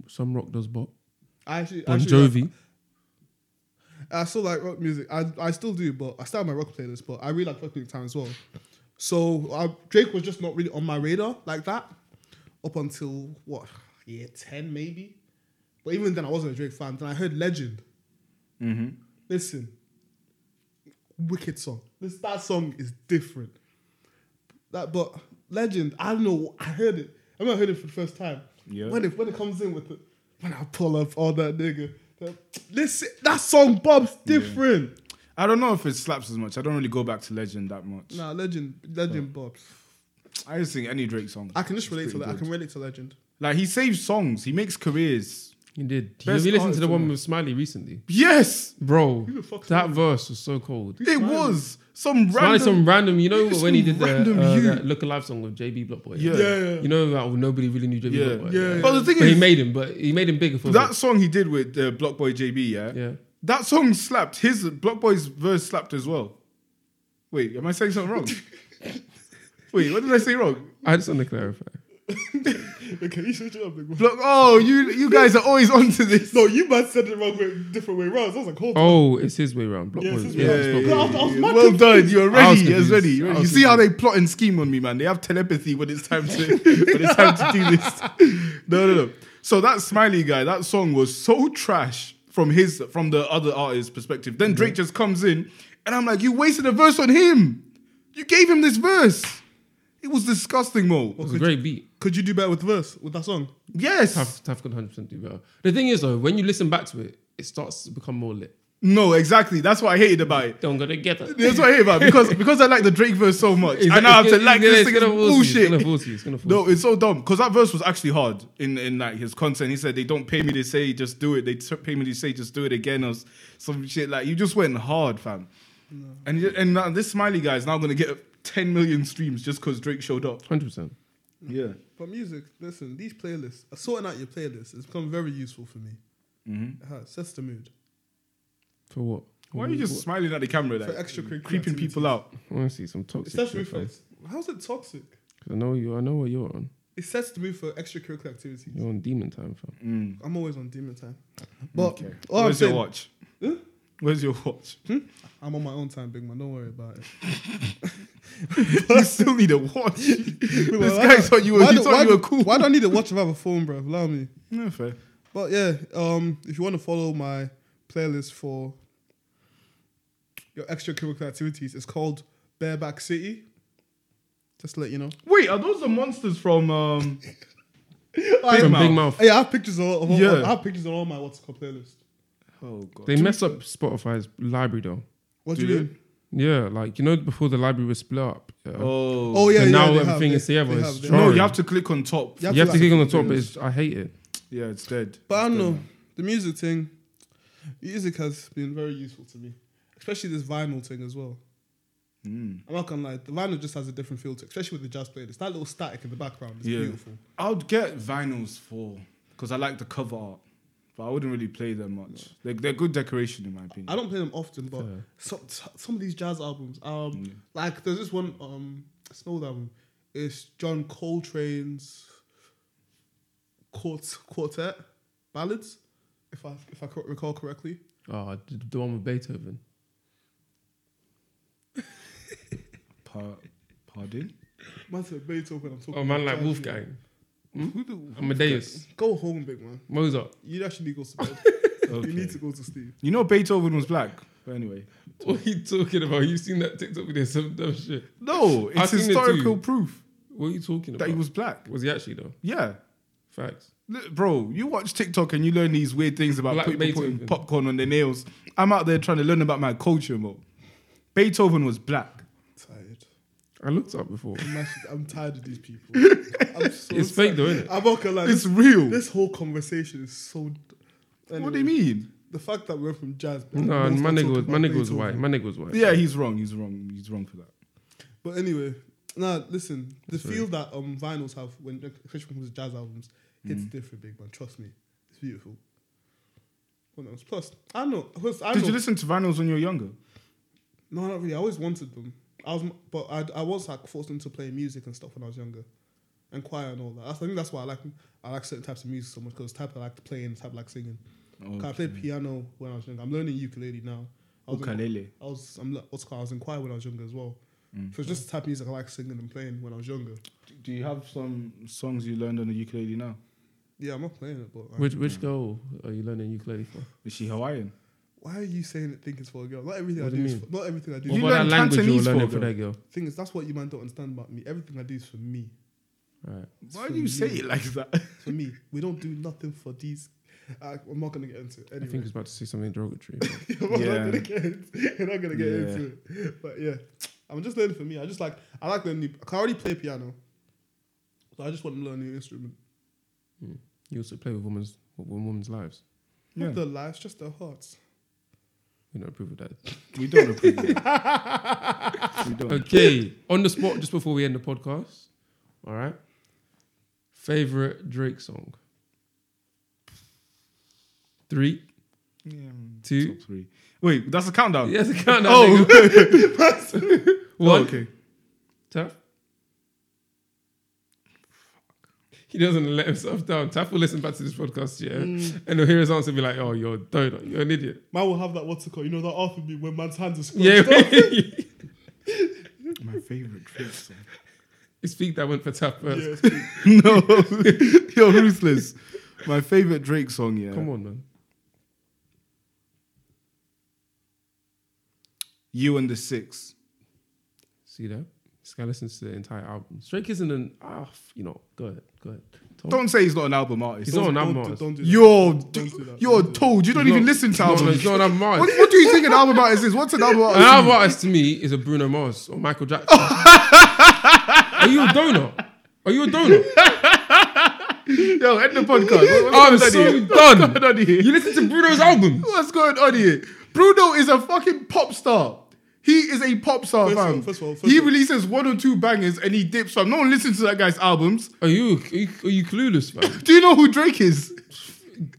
C: Some rock does bop.
A: I actually
C: Bon
A: actually,
C: Jovi.
A: I still like rock music. I, I still do, but I started my rock playlist, but I really like rock music time as well. So I, Drake was just not really on my radar like that up until what year ten maybe, but even then I wasn't a Drake fan. Then I heard Legend.
B: Mm-hmm.
A: Listen, wicked song. This that song is different. That but Legend, I don't know. I heard it. I remember I heard it for the first time.
B: Yeah.
A: When it when it comes in with it, when I pull up all that nigga. that- Listen, that song Bob's different.
B: I don't know if it slaps as much. I don't really go back to Legend that much.
A: Nah, Legend, Legend Bob's.
B: I just sing any Drake song.
A: I can just relate
B: It's
A: to that.
B: pretty
A: I can relate to Legend.
B: Like he saves songs. He makes careers.
C: He did.
B: Best
C: Have you listened
B: artist
C: to the
B: on
C: one
B: there.
C: with Smiley recently?
B: Yes,
C: Bro,
A: the fuck's
C: that verse was so cold.
B: it was some
C: Smiley,
B: random.
C: some random, you know,
B: Some
C: when he did the
B: random
C: uh,
B: you.
C: that Look Alive song with JB Blockboy.
B: Yeah.
A: Yeah.
C: You know, like, nobody really knew JB
B: Yeah. Oh,
C: Blockboy.
A: Yeah, yeah.
B: But the thing
C: But he
B: is,
C: made him, but he made him bigger for
B: that song he did with uh, Blockboy JB, yeah,
C: Yeah.
B: that song slapped. His Blockboy's verse slapped as well. Wait, am I saying something wrong? Wait, what did I say wrong?
C: I just want to clarify.
A: Okay, you switch it up, nigga.
B: Block. Oh, you you guys are always onto this.
A: No, you man said it wrong way, different way round. So I was like, hold on.
C: Oh, it's his way around. Block
A: Yeah,
C: boy.
A: it's his
B: Yeah,
A: way
C: it's
A: round.
B: yeah,
C: Block
B: yeah,
C: boy.
A: I was- I was
B: yeah.
A: mad
B: Well
A: confused.
B: done. You're
C: I was
B: ready. You're
C: confused.
B: ready. You're
C: I
B: ready. You
C: was
B: see how they plot and scheme on me, man. They have telepathy when it's time to when it's time to do this. No, no, no. So that smiley guy, that song was so trash from his from the other artist's perspective. Then
C: Mm-hmm.
B: Drake just comes in, and I'm like, you wasted a verse on him. You gave him this verse. It was disgusting, Mo.
C: It's a great beat.
A: Could you do better with verse with that song?
B: Yes.
C: Taf, Taf could 100% do better. The thing is, though, when you listen back to it, it starts to become more lit.
B: No, exactly. That's what I hated about it.
C: Don't go together.
B: That's what I hate about it. because because I like the Drake verse so much.
C: It's-
B: I now have
C: it's
B: to
C: gonna-
B: like
C: it's
B: this
C: gonna-
B: thing. It's
C: it's gonna force you,
B: bullshit.
C: It's gonna force you. It's gonna force
B: No,
C: you.
B: it's so dumb because that verse was actually hard in in like his content. He said they don't pay me, they say just do it. They t- pay me, they say just do it again or s- some shit like you just went hard, fam. And you- and now this smiley guy is now gonna get ten million streams just because Drake showed up.
C: 100%.
B: Yeah.
A: But music, listen, these playlists, uh, sorting out your playlists has become very useful for me.
B: Mm-hmm.
A: It has, sets the mood.
C: For what?
B: Why are you just smiling at the camera
A: For
B: like
A: extracurricular
B: creeping people
A: activities.
B: out?
C: I want to see some
A: It
C: toxic
A: sets the
C: shit.
A: mood for,
C: Because
A: how's it toxic?
C: I know you. I know what you're on.
A: It sets the mood for extracurricular activities.
C: You're on demon time, fam.
B: Mm.
A: I'm always on demon time. But
B: Okay.
A: all Oh, I'm,
B: Where's your
A: saying-
B: watch?
A: Huh?
B: Where's your watch?
A: I'm on my own time, big man. Don't worry about it.
B: you still need a watch. this
A: Why-
B: guy thought you were,
A: why
B: he
A: do-
B: thought
A: why
B: you
A: do-
B: were cool.
A: Why do I need to watch if I have a phone, bro? Allow me.
B: No, fair.
A: But yeah, um, if you want to follow my playlist for your extracurricular activities, it's called Bareback City. Just to let you know.
B: Wait, are those the monsters from um,
C: From
B: Mouth?
C: Big Mouth.
A: Hey, I have pictures of, of all,
B: Yeah.
A: I have pictures of all my what's it called playlist.
B: Oh god.
C: They mess up Spotify's library though.
A: What
B: Do
A: do you
B: they?
A: mean?
C: Yeah, like you know before the library was split up. Yeah.
B: Oh.
A: Oh yeah,
C: So
A: yeah,
C: now
A: they
C: everything
A: have,
C: is
A: they-
C: together,
A: they
C: it's
A: have, they have.
C: strong.
B: No,
C: Sorry.
B: you have to click on top.
A: Yeah.
C: you have to
A: like
C: click on the
A: the
C: top. But it's, I hate it.
B: Yeah, it's dead.
A: But I
B: It's
A: don't
B: dead.
A: know. The music thing, music has been very useful to me, especially this vinyl thing as well.
B: Mm.
A: I'm not gonna lie, the vinyl just has a different feel to it, especially with the jazz playlist. That little static in the background is
B: Yeah.
A: beautiful.
B: I would get vinyls for because I like the cover art, but I wouldn't really play them much. They're, they're good decoration in my opinion.
A: I don't play them often, but
C: Fair.
A: so, so- some of these jazz albums, um,
B: Yeah.
A: like there's this one, um, it's an old album. It's John Coltrane's quart- quartet ballads, if I if I co- recall correctly.
C: Oh, the, the one with Beethoven.
B: Pa- pardon?
A: Man said Beethoven. I'm talking.
C: Oh man, like
A: jazz music.
C: Wolfgang,
B: Who do-
C: Amadeus,
A: Go home, big man.
C: Mozart.
A: You actually need to go to bed.
B: Okay.
A: You need to go to sleep.
B: You know Beethoven was black. But anyway,
C: What are you talking about? You seen that TikTok video? Some dumb shit.
B: no,
C: I've
B: it's
C: seen it too.
B: historical proof
C: What are you talking about?
B: that he was black.
C: Was he actually though?
B: Yeah.
C: Facts.
B: Look, Bro, you watch TikTok and you learn these weird things about
C: Black
B: people putting
C: Beethoven.
B: popcorn on their nails. I'm out there trying to learn about my culture more. Beethoven was black.
A: Tired.
C: I looked up before.
A: I'm, actually, I'm tired of these people. I'm so
C: It's
A: tired.
C: fake though, isn't it?
A: I'm not gonna lie.
B: It's
A: This,
B: real.
A: this whole conversation is so.
B: What do you mean?
A: The fact that we're from jazz. but
C: No,
A: everyone's
C: my
A: gonna
C: nigga
A: talk
C: was my
A: about
C: nigga was
A: Beethoven.
C: white. My nigga was white.
B: Yeah, he's wrong. He's wrong. He's wrong for that.
A: But anyway, nah. Listen, the
C: Sorry.
A: feel that um vinyls have when especially when it comes to jazz albums, it's
C: Mm.
A: different, big man. Trust me, it's beautiful. What else? Plus, I know. Plus, I
B: Did
A: know,
B: you listen to vinyls when you were younger?
A: No, not really. I always wanted them. I was, but I, I was like forced into playing music and stuff when I was younger, and choir and all that. I think that's why I like I like certain types of music so much because type I like playing, type I like singing.
C: Oh,
A: 'Cause I played piano when I was younger. I'm learning ukulele now. I
C: Oh,
A: was in-
B: Ukulele.
A: I was I'm le- what's it called? I was in choir when I was younger as well.
C: Mm.
A: So it's just the type of music I like singing and playing when I was younger.
B: Do you have some songs you learned on the ukulele now?
A: Yeah, I'm not playing it, but like,
C: Which which girl are you learning ukulele for?
B: Is she Hawaiian?
A: why are you saying it? Think it's for a girl? Not everything
C: What
A: I
C: do
A: do.
C: you
A: Is
C: mean?
A: for, not everything I do.
C: What
A: is
B: You
C: about
A: for-
C: that
B: learn
C: language you're
B: Cantonese
C: learning
B: for,
C: for that girl?
A: thing is that's what you man don't understand about me. Everything I do is for me.
C: Alright.
B: Why
A: for
B: do you say
A: you.
B: it like that?
A: For me, we don't do nothing for these. I, I'm not gonna get into it.
C: I think
A: Anyway,
C: he's about to say something derogatory.
A: I'm not
B: Yeah.
A: gonna get into. I'm not gonna get
B: Yeah.
A: into it. But yeah, I'm just learning for me. I just like I like learning. new- I already play piano, so I just want to learn a new instrument.
C: you also play with women's with women's lives.
A: Not
B: Yeah.
A: their lives, just their hearts.
C: We don't approve of that.
B: We don't approve. of it. we don't.
C: Okay. On the spot, just before we end the podcast. All right. Favorite Drake song. Three,
B: Yeah,
C: two.
B: top three. Wait, that's a countdown.
C: Yes, I can't.
B: Oh.
C: One.
B: okay.
C: Taff. He doesn't let himself down. Taff will listen back to this podcast, yeah,
B: Mm.
A: Mm.
C: and he'll hear his answer and be like, "Oh, you're a donut. You're an idiot."
A: Man will have that what's it called? You know that Arthur beat when man's hands are squeezed.
C: Yeah.
B: My favorite Drake song.
C: you speak that one for Taff first.
A: Yeah, it's cool.
B: no, you're ruthless. My favorite Drake song, yeah.
C: Come on, man.
B: You and the Six.
C: See that? This guy listens to the entire album. Stray Kids isn't an ah, f- you know. Go ahead, go ahead. Tom-
B: Don't say he's not an album artist.
C: He's not an
A: Don't-
C: album
A: don't-
C: artist.
A: don't do that.
B: You're
A: Don't do that.
B: you're
A: Don't do that.
B: told you don't
C: He's
B: even
C: not-
B: listen to
C: No, no,
B: albums.
C: he's not an album
B: What,
C: artist.
B: do- what do you think an album artist is? What's an album artist?
C: An album artist to me is a Bruno Mars or Michael Jackson. Are you a donor? Are you a donor?
B: Yo, end the podcast.
A: Oh,
B: What-
C: I'm
B: What's going on
C: so
B: here?
C: done.
B: What's going on here?
C: You listen to Bruno's album.
B: What's going on here? Bruno is a fucking pop star. He is a pop star,
A: First of all,
B: fam.
A: first of all, first
B: he
A: of all.
B: releases one or two bangers and he dips, fam. No one listens to that guy's albums.
C: Are you are you, are you clueless, man?
B: Do you know who Drake is?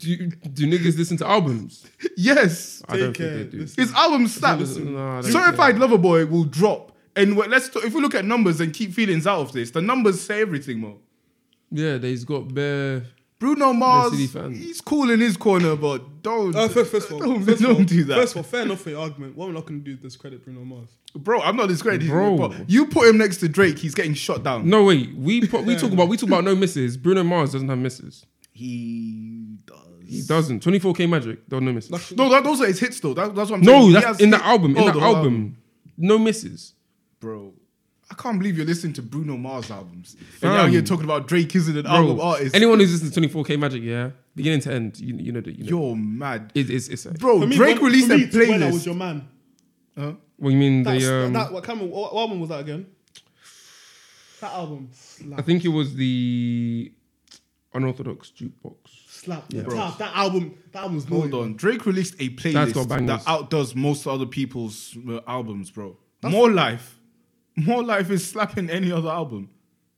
C: Do, you, do niggas listen to albums?
B: Yes.
C: I don't
A: Take care.
C: think they do.
A: Listen.
B: His album slaps.
C: Listen, nah, I don't
B: Certified Lover Boy will drop. And what- let's talk, if we look at numbers and keep feelings out of this, the numbers say everything, Mo.
C: Yeah, they- he's got bare.
B: Bruno Mars,
C: City fans.
B: he's cool in his corner, but don't,
A: Uh, first, first of all,
B: don't,
A: first of
B: don't
A: all-
B: do that.
A: First of all, fair enough for your argument. What we're not going to do is discredit Bruno Mars.
B: bro, I'm not discrediting
C: Bro.
B: you. But you put him next to Drake, he's getting shot down.
C: No wait, we put, we talk about we talk about no misses. Bruno Mars doesn't have misses.
B: He does.
C: He doesn't. 24k Magic, don't no misses.
A: That's-
B: No, that, those are his hits though. That, that's what I'm saying.
C: no,
B: He
C: that's
B: has
C: in the
B: hit-
C: album. In
B: Oh,
C: the
B: whole
C: album,
A: um,
C: no misses.
B: bro. I can't believe you're listening to Bruno Mars albums.
C: Fam.
B: And now you're talking about Drake isn't an album
C: Bro,
B: artist.
C: Anyone who's listened to 24k Magic, yeah, beginning to end, you, you know that. You know,
B: you're mad,
C: it, it's it's. A,
B: bro.
A: For me,
B: Drake
A: when-
B: released
A: for
B: a
A: me, it's When I was
B: playlist.
A: your man.
B: Huh?
C: what you mean?
A: That's,
C: The um,
A: that, what, Cameron, what, what album was that again? That album
C: I
A: slapped.
C: think it was the unorthodox jukebox.
A: Slapped.
C: Yeah.
A: Tap, that album, that album's
B: Hold on, Drake released a
C: That's got
B: playlist
C: bangers.
B: that outdoes most other people's uh, albums, bro. More life, more life is slapping any other album.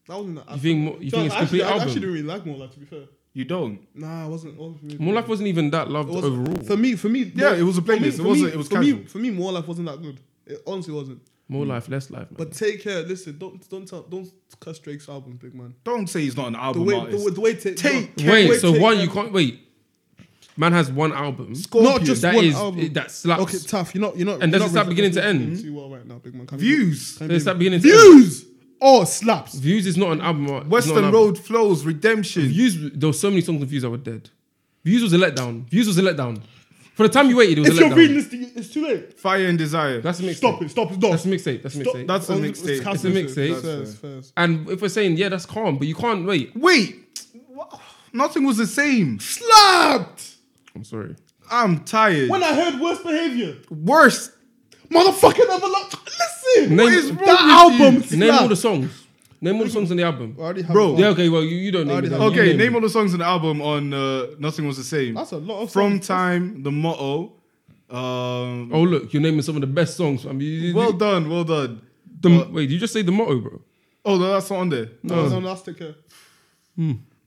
A: That wasn't that
C: You think Mo- you
A: So
C: think it's
A: I actually,
C: complete
A: I
C: album?
A: actually didn't really like More Life, to be fair.
B: You don't.
A: Nah, it wasn't. it wasn't
C: More Life wasn't even that loved
A: It was-
C: overall.
A: For me, for me,
B: Yeah, it was a
A: for me-
B: playlist. It
A: for
B: wasn't-
A: me-
B: it was
A: for me,
B: casual.
A: for me, More Life wasn't that good. It honestly wasn't.
C: More Life, Less Life. Man.
A: But take care. Listen, don't don't tell, don't cuss Drake's album, big man.
B: Don't say he's not an
A: The
B: album
A: way
B: artist.
A: the, the way take
B: Take
A: the way
C: wait, so
A: Take
C: one
A: Care-
C: you can't wait. Man has one album.
B: Scorpion.
A: not just
C: That
A: one
C: is-
A: album
C: it- that slaps.
A: Okay, tough. You're not. You're not.
C: And
A: you're
C: does it
A: not
C: start beginning to
A: representing
C: end?
A: Too well right now, big man. Can't you-
B: views.
A: can't
C: Let's
A: you-
C: start beginning. to end.
A: Views or slaps.
C: Views is not an album. art- it's not an
B: Western
C: album.
B: Road flows. Redemption.
C: Views. There were so many songs on Views I were dead. Views was a letdown. Views was a letdown. For the time you waited, it
A: If
C: was a
A: you're reading
C: letdown.
A: this, thing, it's too late.
B: Fire and Desire.
C: That's a mixtape.
A: Stop it. Stop it. Stop.
C: That's a mixtape. That's a
A: Stop.
C: mixtape.
B: That's a
A: Oh,
B: mixtape.
A: cancelled.
C: It's a mixtape.
A: First,
B: That's
A: first.
C: and if we're saying yeah, that's calm, but you can't wait.
B: Wait, Wha- nothing was the same.
A: Slapped.
C: I'm sorry.
B: I'm tired.
A: When I heard worse behavior,
B: Worst.
A: motherfucking other lot. Listen.
C: Name-
A: what is wrong
B: that
A: with
B: album
A: you?
C: Name all
A: Slapped.
C: the songs. Name all the songs on the album.
A: I already have
B: Bro,
A: it.
C: Yeah, okay. Well, you, you don't name.
A: Already
C: it,
A: have
C: you
A: it.
B: Okay,
C: it.
B: name all the songs on the album on uh, Nothing Was the Same.
A: That's a lot of
B: From
A: songs.
B: Time, The Motto. Um,
C: Oh look, you're naming some of the best songs. I mean, you- you-
B: Well done, well done. Uh,
C: the,
A: uh,
C: wait, you just say the motto, bro.
B: Oh, no, that's not on there.
A: No, no, no, that's take care.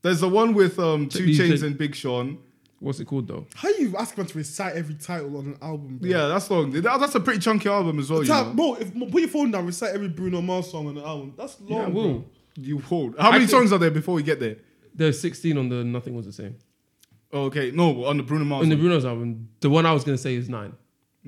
B: There's the one with um, Two
C: these
B: Chains
C: things.
B: and Big Sean.
C: What's it called though?
A: How you ask man to recite every title on an album? Bro?
B: Yeah, that's long. That- That's a pretty chunky album as well. You,
A: Tap,
B: know.
A: bro, if put your phone down, recite every Bruno Mars song on the album. That's long,
C: Yeah, I
A: bro.
C: will.
B: you hold. How many
C: Actually-
B: songs are there before we get there?
C: There's 16 on the Nothing Was the Same.
B: Oh, okay, no, on the Bruno Mars.
C: On the
B: one.
C: Bruno's album, the one I was gonna say is nine.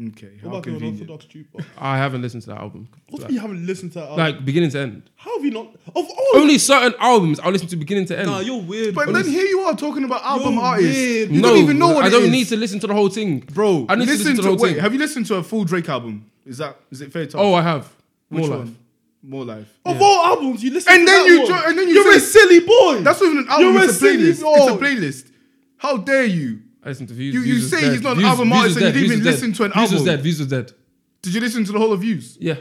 B: okay,
A: What
B: how
A: about the
B: convenient.
A: unorthodox jukebox?
C: I haven't listened to that album.
A: What if
C: Like,
A: you haven't listened to that album?
C: like, beginning to end.
A: How have you not? Of all,
C: Only certain albums I'll listen to beginning to end.
A: nah, you're weird.
B: But
A: bro.
B: then here you are talking about album
A: You're
B: artists.
A: weird.
B: You
C: no,
B: don't even know what
C: I
B: it
C: don't
B: is.
C: need to listen to the whole thing,
B: Bro,
C: I need
B: listen to,
C: to listen to the whole
B: wait.
C: thing.
B: Have you listened to a full Drake album? Is that is it fair to?
C: Oh,
B: ask?
C: I have. More
B: Which
C: life.
B: one? More life. Oh,
A: of all albums, you listen.
B: And
A: to
B: then
A: that
B: you
A: one.
B: jo- and then you
A: are
B: say-
A: a silly boy.
B: That's not even an album.
A: You're a
B: It's a
A: silly
B: playlist. It's
A: boy.
B: a playlist. How dare you?
C: I listened to Views.
B: You- you
C: Views was
B: say
C: dead.
B: he's not an
C: Views-
B: album
C: Views
B: artist and
C: was
B: you
C: dead.
B: didn't even
C: Views was
B: listen
C: dead.
B: to an
C: Views was
B: album.
C: dead. Views was dead.
B: Did you listen to the whole of Views?
C: Yeah.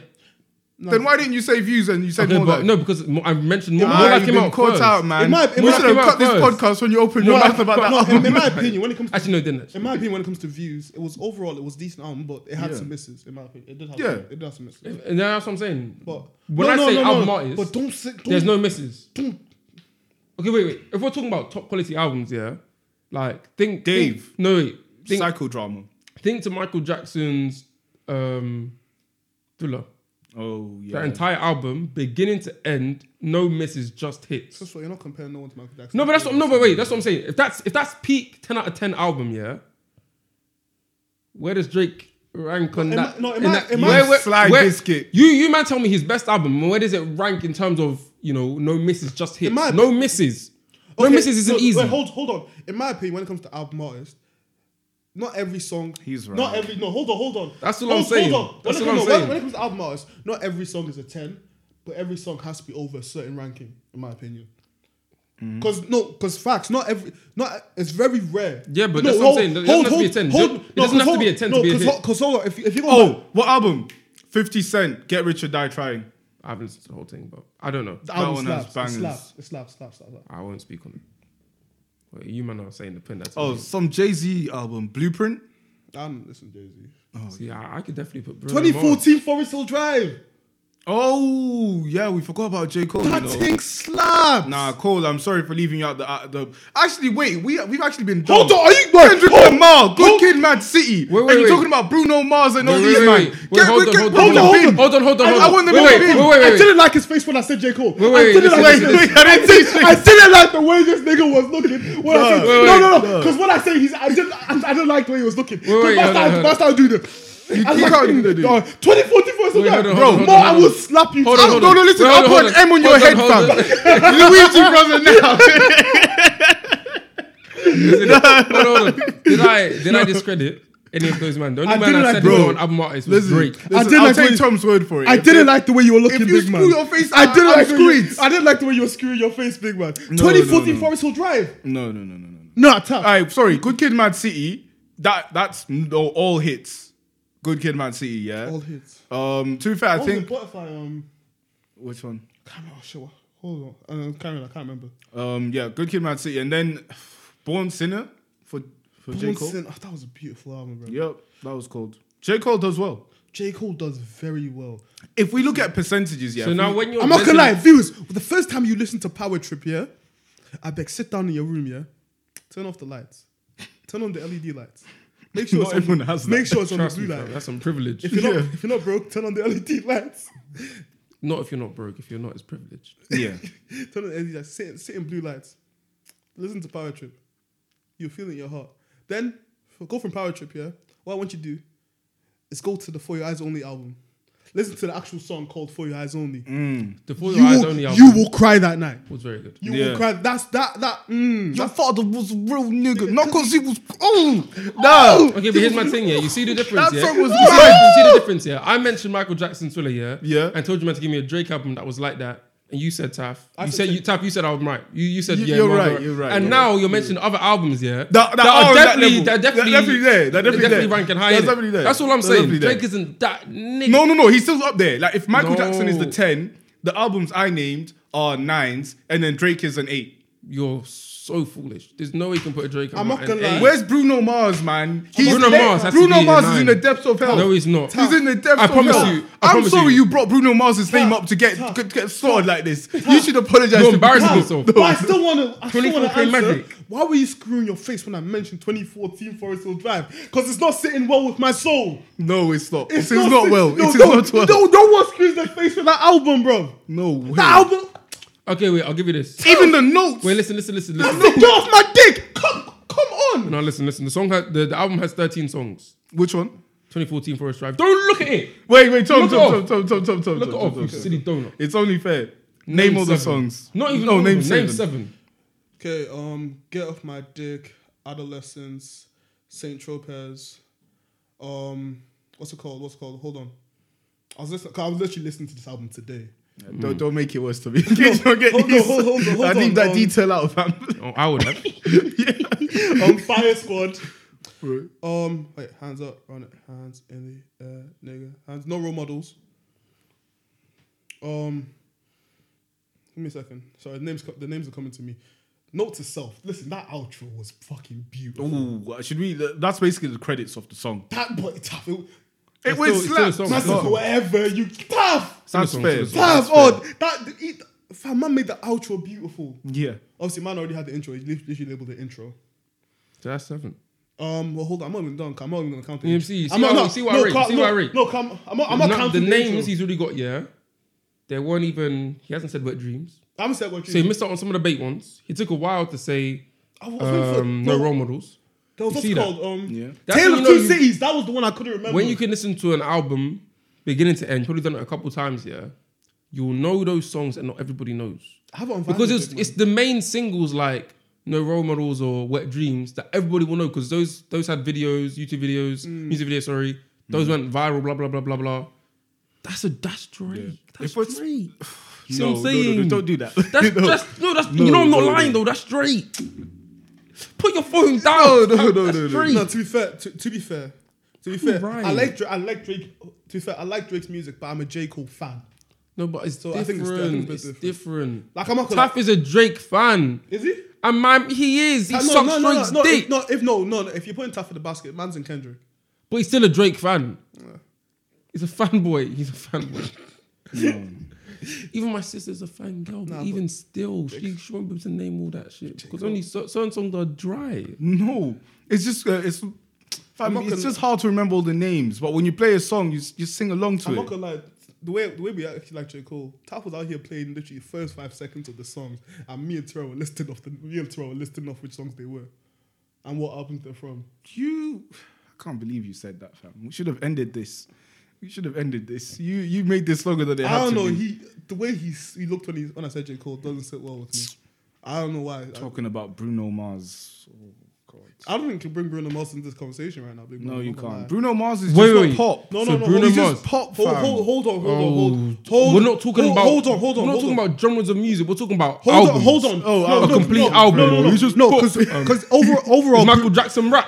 B: Then why didn't you say Views and you said
C: Okay,
B: More
C: but,
B: Life?
C: no, because mo- I mentioned more.
B: Ah,
C: more life
B: you've
C: came
B: been
C: out
B: caught
C: first.
B: out, man.
A: It might- it
B: we
A: might
B: should
A: have
B: have
C: came
B: cut
C: out
B: this
C: first.
B: podcast when you open your
A: More
B: mouth
A: Life-
B: about
A: but
B: that
A: no,
B: album.
A: in, in my opinion, when it comes to
C: Actually, no, it didn't. actually.
A: in my opinion, when it comes to views, it was overall it was decent album, but it had
B: Yeah.
A: some misses. In my opinion, it did have.
B: Yeah.
A: some, it did have some misses.
C: And that's what I'm saying.
A: But
C: When I say album artist,
A: but don't say don't,
C: There's no misses. Mm. Okay, wait, wait. If we're talking about top quality albums, yeah, like think
B: Dave.
C: Think, no, wait. Think,
B: Psychodrama.
C: think to Michael Jackson's um, Thriller.
B: Oh yeah.
C: That entire album, beginning to end, no misses, just hits.
A: So, so you're not comparing no one to Michael Jackson.
C: No, but that's what, no, but wait, that's what I'm saying. If that's if that's peak ten out of ten album, yeah. Where does Drake rank on
A: No,
C: that?
A: am I- no, am
C: in
A: I-
C: that-
A: am
B: I- Sly Biscuit.
C: You you man, tell me his best album. Where does it rank in terms of you know no misses, just hits?
A: Am I-
C: no misses. No
A: Okay,
C: misses isn't
A: no,
C: easy.
A: Wait, hold, hold on. In my opinion, when it comes to album artists, not every song.
B: He's right.
A: Not every. No, hold on, hold on.
C: That's what
A: hold,
C: I'm saying.
A: Hold on. When
C: That's
A: it comes-
C: what I'm
A: no, when-
C: saying.
A: When it comes to album artists, not every song is a ten. but every song has to be over a certain ranking, in my opinion. Because no, because facts, not every, not it's very rare.
C: Yeah, but that's what I'm saying. It doesn't have to be a 10. Don't- it doesn't
A: 'cause
C: have to
A: hold-
C: be a 10 to
A: No,
C: be a hit.
A: because hold on, if you- if you go back-
B: Oh, what album? 50 Cent, Get Rich or Die Trying.
C: I haven't listened to the whole thing, but I don't know.
A: The album
B: one has
A: slaps. It
B: bangers.
A: slaps. It slaps. Slaps. Slaps. slaps.
C: I won't speak on it. Well, you man are saying the pin that's
B: Oh, some Jay Z album, Blueprint.
A: I don't listen to Jay Z.
C: see, I, I could definitely put Bruno Mars.
A: 2014 Forest Hill Drive.
B: Oh, yeah, we forgot about J Cole. you
A: That
B: know.
A: thing slaps.
B: Nah, Cole, I'm sorry for leaving you out the. Uh, the actually, wait, we we've actually been.
A: Hold
B: dumb.
A: on, are you- wait,
B: Kendrick
A: hold-
B: Lamar, Good
A: hold-
B: Kid, Mad City,
C: Wait, wait,
B: and you're
C: wait.
B: talking about Bruno Mars and all
C: Wait,
B: these
C: wait,
B: man.
C: wait, wait. Wait, hold on, hold on,
B: hold
A: hold on,
B: on,
C: hold on, hold on,
B: I-
C: hold
B: I
C: on.
B: want them
C: Wait,
B: in the
C: wait,
B: bin.
C: wait, wait,
A: I didn't like his face when I said J. Cole.
C: wait,
A: I didn't
C: listen,
A: like
C: listen,
A: his
B: listen.
A: face. I didn't, I didn't like the way this nigga was looking. When I said,
C: Wait,
A: no,
C: wait,
A: no, no. Because when I say he's, I didn't, I, I didn't like the way he was looking. Because
C: wait,
A: last
C: hold on,
A: time,
C: hold
A: last time I do this.
B: You-
A: I was
B: you
A: like,
B: can't do that, dude.
A: uh, 2014 Forest Hill
C: Wait,
A: Drive.
C: hold on,
A: Bro,
C: hold on,
A: more,
C: hold
A: I
C: on.
A: will slap you.
C: Hold
A: I
C: on,
A: don't
C: hold
B: No,
A: know.
B: no, listen,
C: Hold on,
B: I'll
C: hold
B: put an
C: on.
B: M on your
C: Hold on,
B: head,
C: hold
B: fam.
C: on.
B: Luigi brother now.
C: Isn't it? Hold on, hold on. Did I did I discredit any of those man? The only
A: I
C: man
A: didn't
C: I
A: like-
C: said
A: Bro,
C: bro, on album artist was Drake.
B: Listen,
A: I did
B: I'll
A: like
B: take
A: when-
B: Tom's word for it.
A: I
B: If
A: didn't
B: it-
A: like the way you were looking,
B: if you
A: big
B: screw
A: man.
B: your face,
A: I didn't
B: I- I'm
A: like the way
B: screwed.
A: you- I didn't like the way you were screwing your face, big man.
B: No, no,
A: 2014
B: no.
A: Forest Hill Drive.
B: No, no, no, no, no.
A: Nah, tough.
B: All right, sorry. Good Kid, Mad City. That that's no, all hits. Good Kid, Mad City. Yeah.
A: All hits.
B: Um, to be fair, I
A: What was
B: think
A: it, Butterfly, um,
B: which one?
A: Damn, oh shit, what- hold on. Um, carry on, I can't remember.
B: Um, yeah, Good Kid, Mad City, and then Born Sinner for for J
A: Born
B: Cole.
A: Sin- oh, that was a beautiful album, bro.
B: Yep, that was cold. J Cole does well.
A: J. Cole does very well.
B: If we look at percentages, yeah.
C: So
B: if
C: now
B: we-
C: when you're
A: I'm not gonna lie,
C: listening-
A: views. The first time you listen to Power Trip, yeah, I beg sit down in your room, yeah, turn off the lights, turn on the LED lights. Make sure
B: Not
A: it's on,
B: everyone has that.
A: Make sure it's on the
C: trust
A: blue
C: me,
A: light.
C: fam, that's some privilege.
A: If you're not if you're not broke, turn on the LED lights.
C: not if you're not broke. If you're not, it's privileged.
B: yeah,
A: turn on the LED lights. Sit sit in blue lights. Listen to Power Trip. You'll feel it in your heart. Then f- go from Power Trip, yeah. What I want you to do is go to the For Your Eyes Only album. Listen to the actual song called For Your Eyes Only.
C: The Four
A: you
C: Your Eyes
A: will,
C: Only
A: you
C: album
A: will cry that night.
C: was very good.
A: You
B: Yeah.
A: will cry. That's that that. Mm,
B: your
A: that's,
B: father was a real nigga, not cause he was. Oh no,
C: Okay, but here's my thing, yeah. You see the difference,
B: That
C: yeah.
B: song was
C: you, see the, you see the difference, yeah. I mentioned Michael Jackson Thriller, yeah.
B: Yeah.
C: And told you man to give me a Drake album that was like that, and you said Taff.
A: I
C: you
A: said
C: said you Taff. You said I'm right. You you said
B: You-
C: yeah.
B: you're
C: well,
B: right,
C: well.
B: you're right,
C: And
B: you're
C: now you're mentioning other albums, yeah.
B: that are on that level.
C: that are definitely
B: They're definitely there, they're
C: they're
B: definitely there.
C: ranking high.
B: They're
C: innit?
B: definitely there.
C: That's all I'm
B: They're
C: saying.
B: definitely there.
C: Drake isn't that nigga.
B: no, no, no. He's still up there. Like if Michael Jackson is the
C: No.
B: ten, the albums I named are nines, and then Drake is an eight.
C: You're so foolish. There's no way you can put a Drake.
A: I'm
C: album
A: not
C: at an
A: gonna lie.
C: eight.
B: Where's Bruno Mars, man? He's
C: Bruno
B: there.
C: Mars has to
B: Bruno
C: be a
B: Mars is
C: nine.
B: in the depths of hell.
C: No, he's not.
B: He's in the depths
C: I
B: of
C: promise
B: hell.
C: you. I
B: I'm
C: promise
B: sorry
C: you.
B: you. brought Bruno Mars's name up to get
A: Tough.
B: get, get sorted like this. You should apologize.
C: You're
B: to
C: embarrassing
B: Bruno.
C: yourself.
A: But I still want to. I still
C: 24
A: want to
C: Cream
A: answer.
C: Magic.
A: Why were you screwing your face when I mentioned 2014 Forest Hill Drive? Because it's not sitting well with my soul.
B: No, it's not. It's,
A: not
B: not,
A: sit-
B: well.
A: No,
B: it is
A: no,
B: not well.
A: No, no one screws their face with that album, bro.
B: No way.
A: That album.
C: Okay, wait. I'll give you this.
B: Even the notes.
C: Wait, listen, listen, listen, listen.
A: Get off my dick. Come, come on.
C: No, listen, listen. The song, has, the, the album has 13 songs.
B: Which one?
C: 2014 Forest Drive. Don't look at it.
B: Wait, wait, Tom,
C: Look it
B: Tom, Tom,
C: up.
B: Tom, Tom, Tom, Tom,
C: Look it
B: Tom,
C: off,
B: Tom,
C: you
B: Tom.
C: silly donut.
B: It's only fair. Name, all the
C: seven.
B: songs.
C: Not even
B: No,
C: all of
B: name
C: them.
B: seven.
C: Name seven.
A: Okay. Um. Get off my dick. Adolescence. Saint Tropez. Um. What's it called? What's it called? Hold on. I was listening. I was literally listening to this album today.
B: Don't, don't make it worse to me. Don't get
A: hold on,
B: these-
A: hold on, hold
B: I
A: on,
B: need that
A: um,
B: detail out, fam.
C: Oh, I would have.
A: um, Fire Squad.
B: Right.
A: Um, wait, hands up, run it, hands in the air, nigga, hands. No role models. Um, give me a second. Sorry, the names co- the names are coming to me. Note to self. Listen, that outro was fucking beautiful.
B: Ooh, should we? That's basically the credits of the song.
A: That boy tough. It,
B: It
C: was
B: was
C: still-
B: slaps.
C: it's still a song.
A: that's
C: It's still a
B: That's
A: whatever you tough.
B: that's
C: It's still a
B: fair.
C: song.
A: Tough. Oh, that it, fam, man made the outro beautiful.
B: Yeah.
A: Obviously, man already had the intro. He lit- literally labeled the intro.
C: So that's seven.
A: Um, well, hold on. I'm not even done. I'm not even gonna count it.
C: You see- see
A: I'm not,
C: how-
A: no,
C: see what I
A: no,
C: rate,
A: Cal-
C: see
A: no,
C: what I rate.
A: No, come. I'm not. I'm not
C: Not- the
A: counting
C: names
A: intro.
C: he's already got, yeah. They weren't even. He hasn't said wet dreams.
A: I'm gonna say what you.
C: So he missed out on some of the bait ones. He took a while to say
A: I was waiting for-
C: um, no role models.
A: There was
C: You
A: what's
C: see that?
A: called um,
B: Yeah.
C: That's
A: Tale of
C: when you know
A: Two
C: you-
A: Cities. That was the one I couldn't remember.
C: When you can listen to an album beginning to end, you've probably done it a couple times, yeah. You'll know those songs and not everybody knows.
A: I have it on
C: because
A: vinyl,
C: it's
A: big man.
C: it's the main singles like no role models or wet dreams that everybody will know because those
B: Mm.
C: those had videos, YouTube videos, music videos. Sorry, those went viral. Blah blah blah blah blah. That's a that's Drake.
B: Yeah.
C: That's
B: If it's-
C: Drake. See
B: no,
C: what I'm
B: no, no,
C: saying?
B: no, don't do that.
C: That's
B: No.
C: that's no, that's
B: No,
C: you know I'm not
B: no,
C: lying
B: no.
C: though. That's Drake. Put your phone down.
B: No, no, no,
C: that's
B: no, no.
C: Drake.
A: No, to be fair, to, to be fair, to be fair,
C: Right.
A: I like Drake. I like Drake. To be fair, I like Drake's music, but I'm a J Cole fan.
C: No, but it's
A: So I
C: different.
A: think it's- I think
C: it's,
A: it's
C: different.
A: different. Like I'm not gonna.
C: Taff is a Drake fan,
A: is he?
C: and man, he is. He
A: Uh,
C: sucks Drake's
A: no,
C: dick,
A: If, no, if no, no, no, if you're putting tough in the basket, man's in Kendrick.
C: but he's still a Drake fan. He's a fanboy. He's a fanboy. Even my sister's a fan girl, but
A: Nah,
C: even still, she, she won't be able to name all that shit because only so, certain songs are dry.
B: No, it's just uh, it's. fam,
A: not
B: it's
A: gonna-
B: just hard to remember all the names, but when you play a song, you s- you sing along to
A: I'm
B: it.
A: not gonna lie. The way the way we actually like J Cole, Taff was out here playing literally first five seconds of the songs, and me and Terrell were listing off the me and Terrell were listing off which songs they were, and what albums they're from.
B: You, I can't believe you said that, fam. We should have ended this. We should have ended this. You you made this longer than it.
A: I
B: had
A: don't
B: to
A: know.
B: be.
A: He the way he s- he looked when he when I said J Cole doesn't sit well with me. I don't know why. I,
B: talking about Bruno Mars. Oh God.
A: I don't think you can bring Bruno Mars into this conversation right now. Big
B: No,
A: man.
B: you
A: I'm not gonna
B: can't.
A: lie.
B: Bruno Mars is
C: Wait,
B: just
C: wait,
B: not pop.
A: No,
C: So
A: no, no.
C: Bruno
A: hold,
B: He's
C: Mars.
B: just pop,
A: Hold,
B: fam.
A: hold, hold on, hold on, hold on.
C: Oh,
A: Hold,
C: we're not talking
A: hold,
C: about.
A: Hold on, hold on.
C: We're not
A: hold
C: talking
A: on.
C: about genres of music. We're talking about
A: Hold
C: albums.
A: on, hold on.
B: Oh,
A: no,
B: a
A: no,
C: complete
A: no,
C: album.
A: No, no, no.
B: It's just
A: no,
B: pop.
A: because overall, overall,
C: Is um, Michael Jackson rap?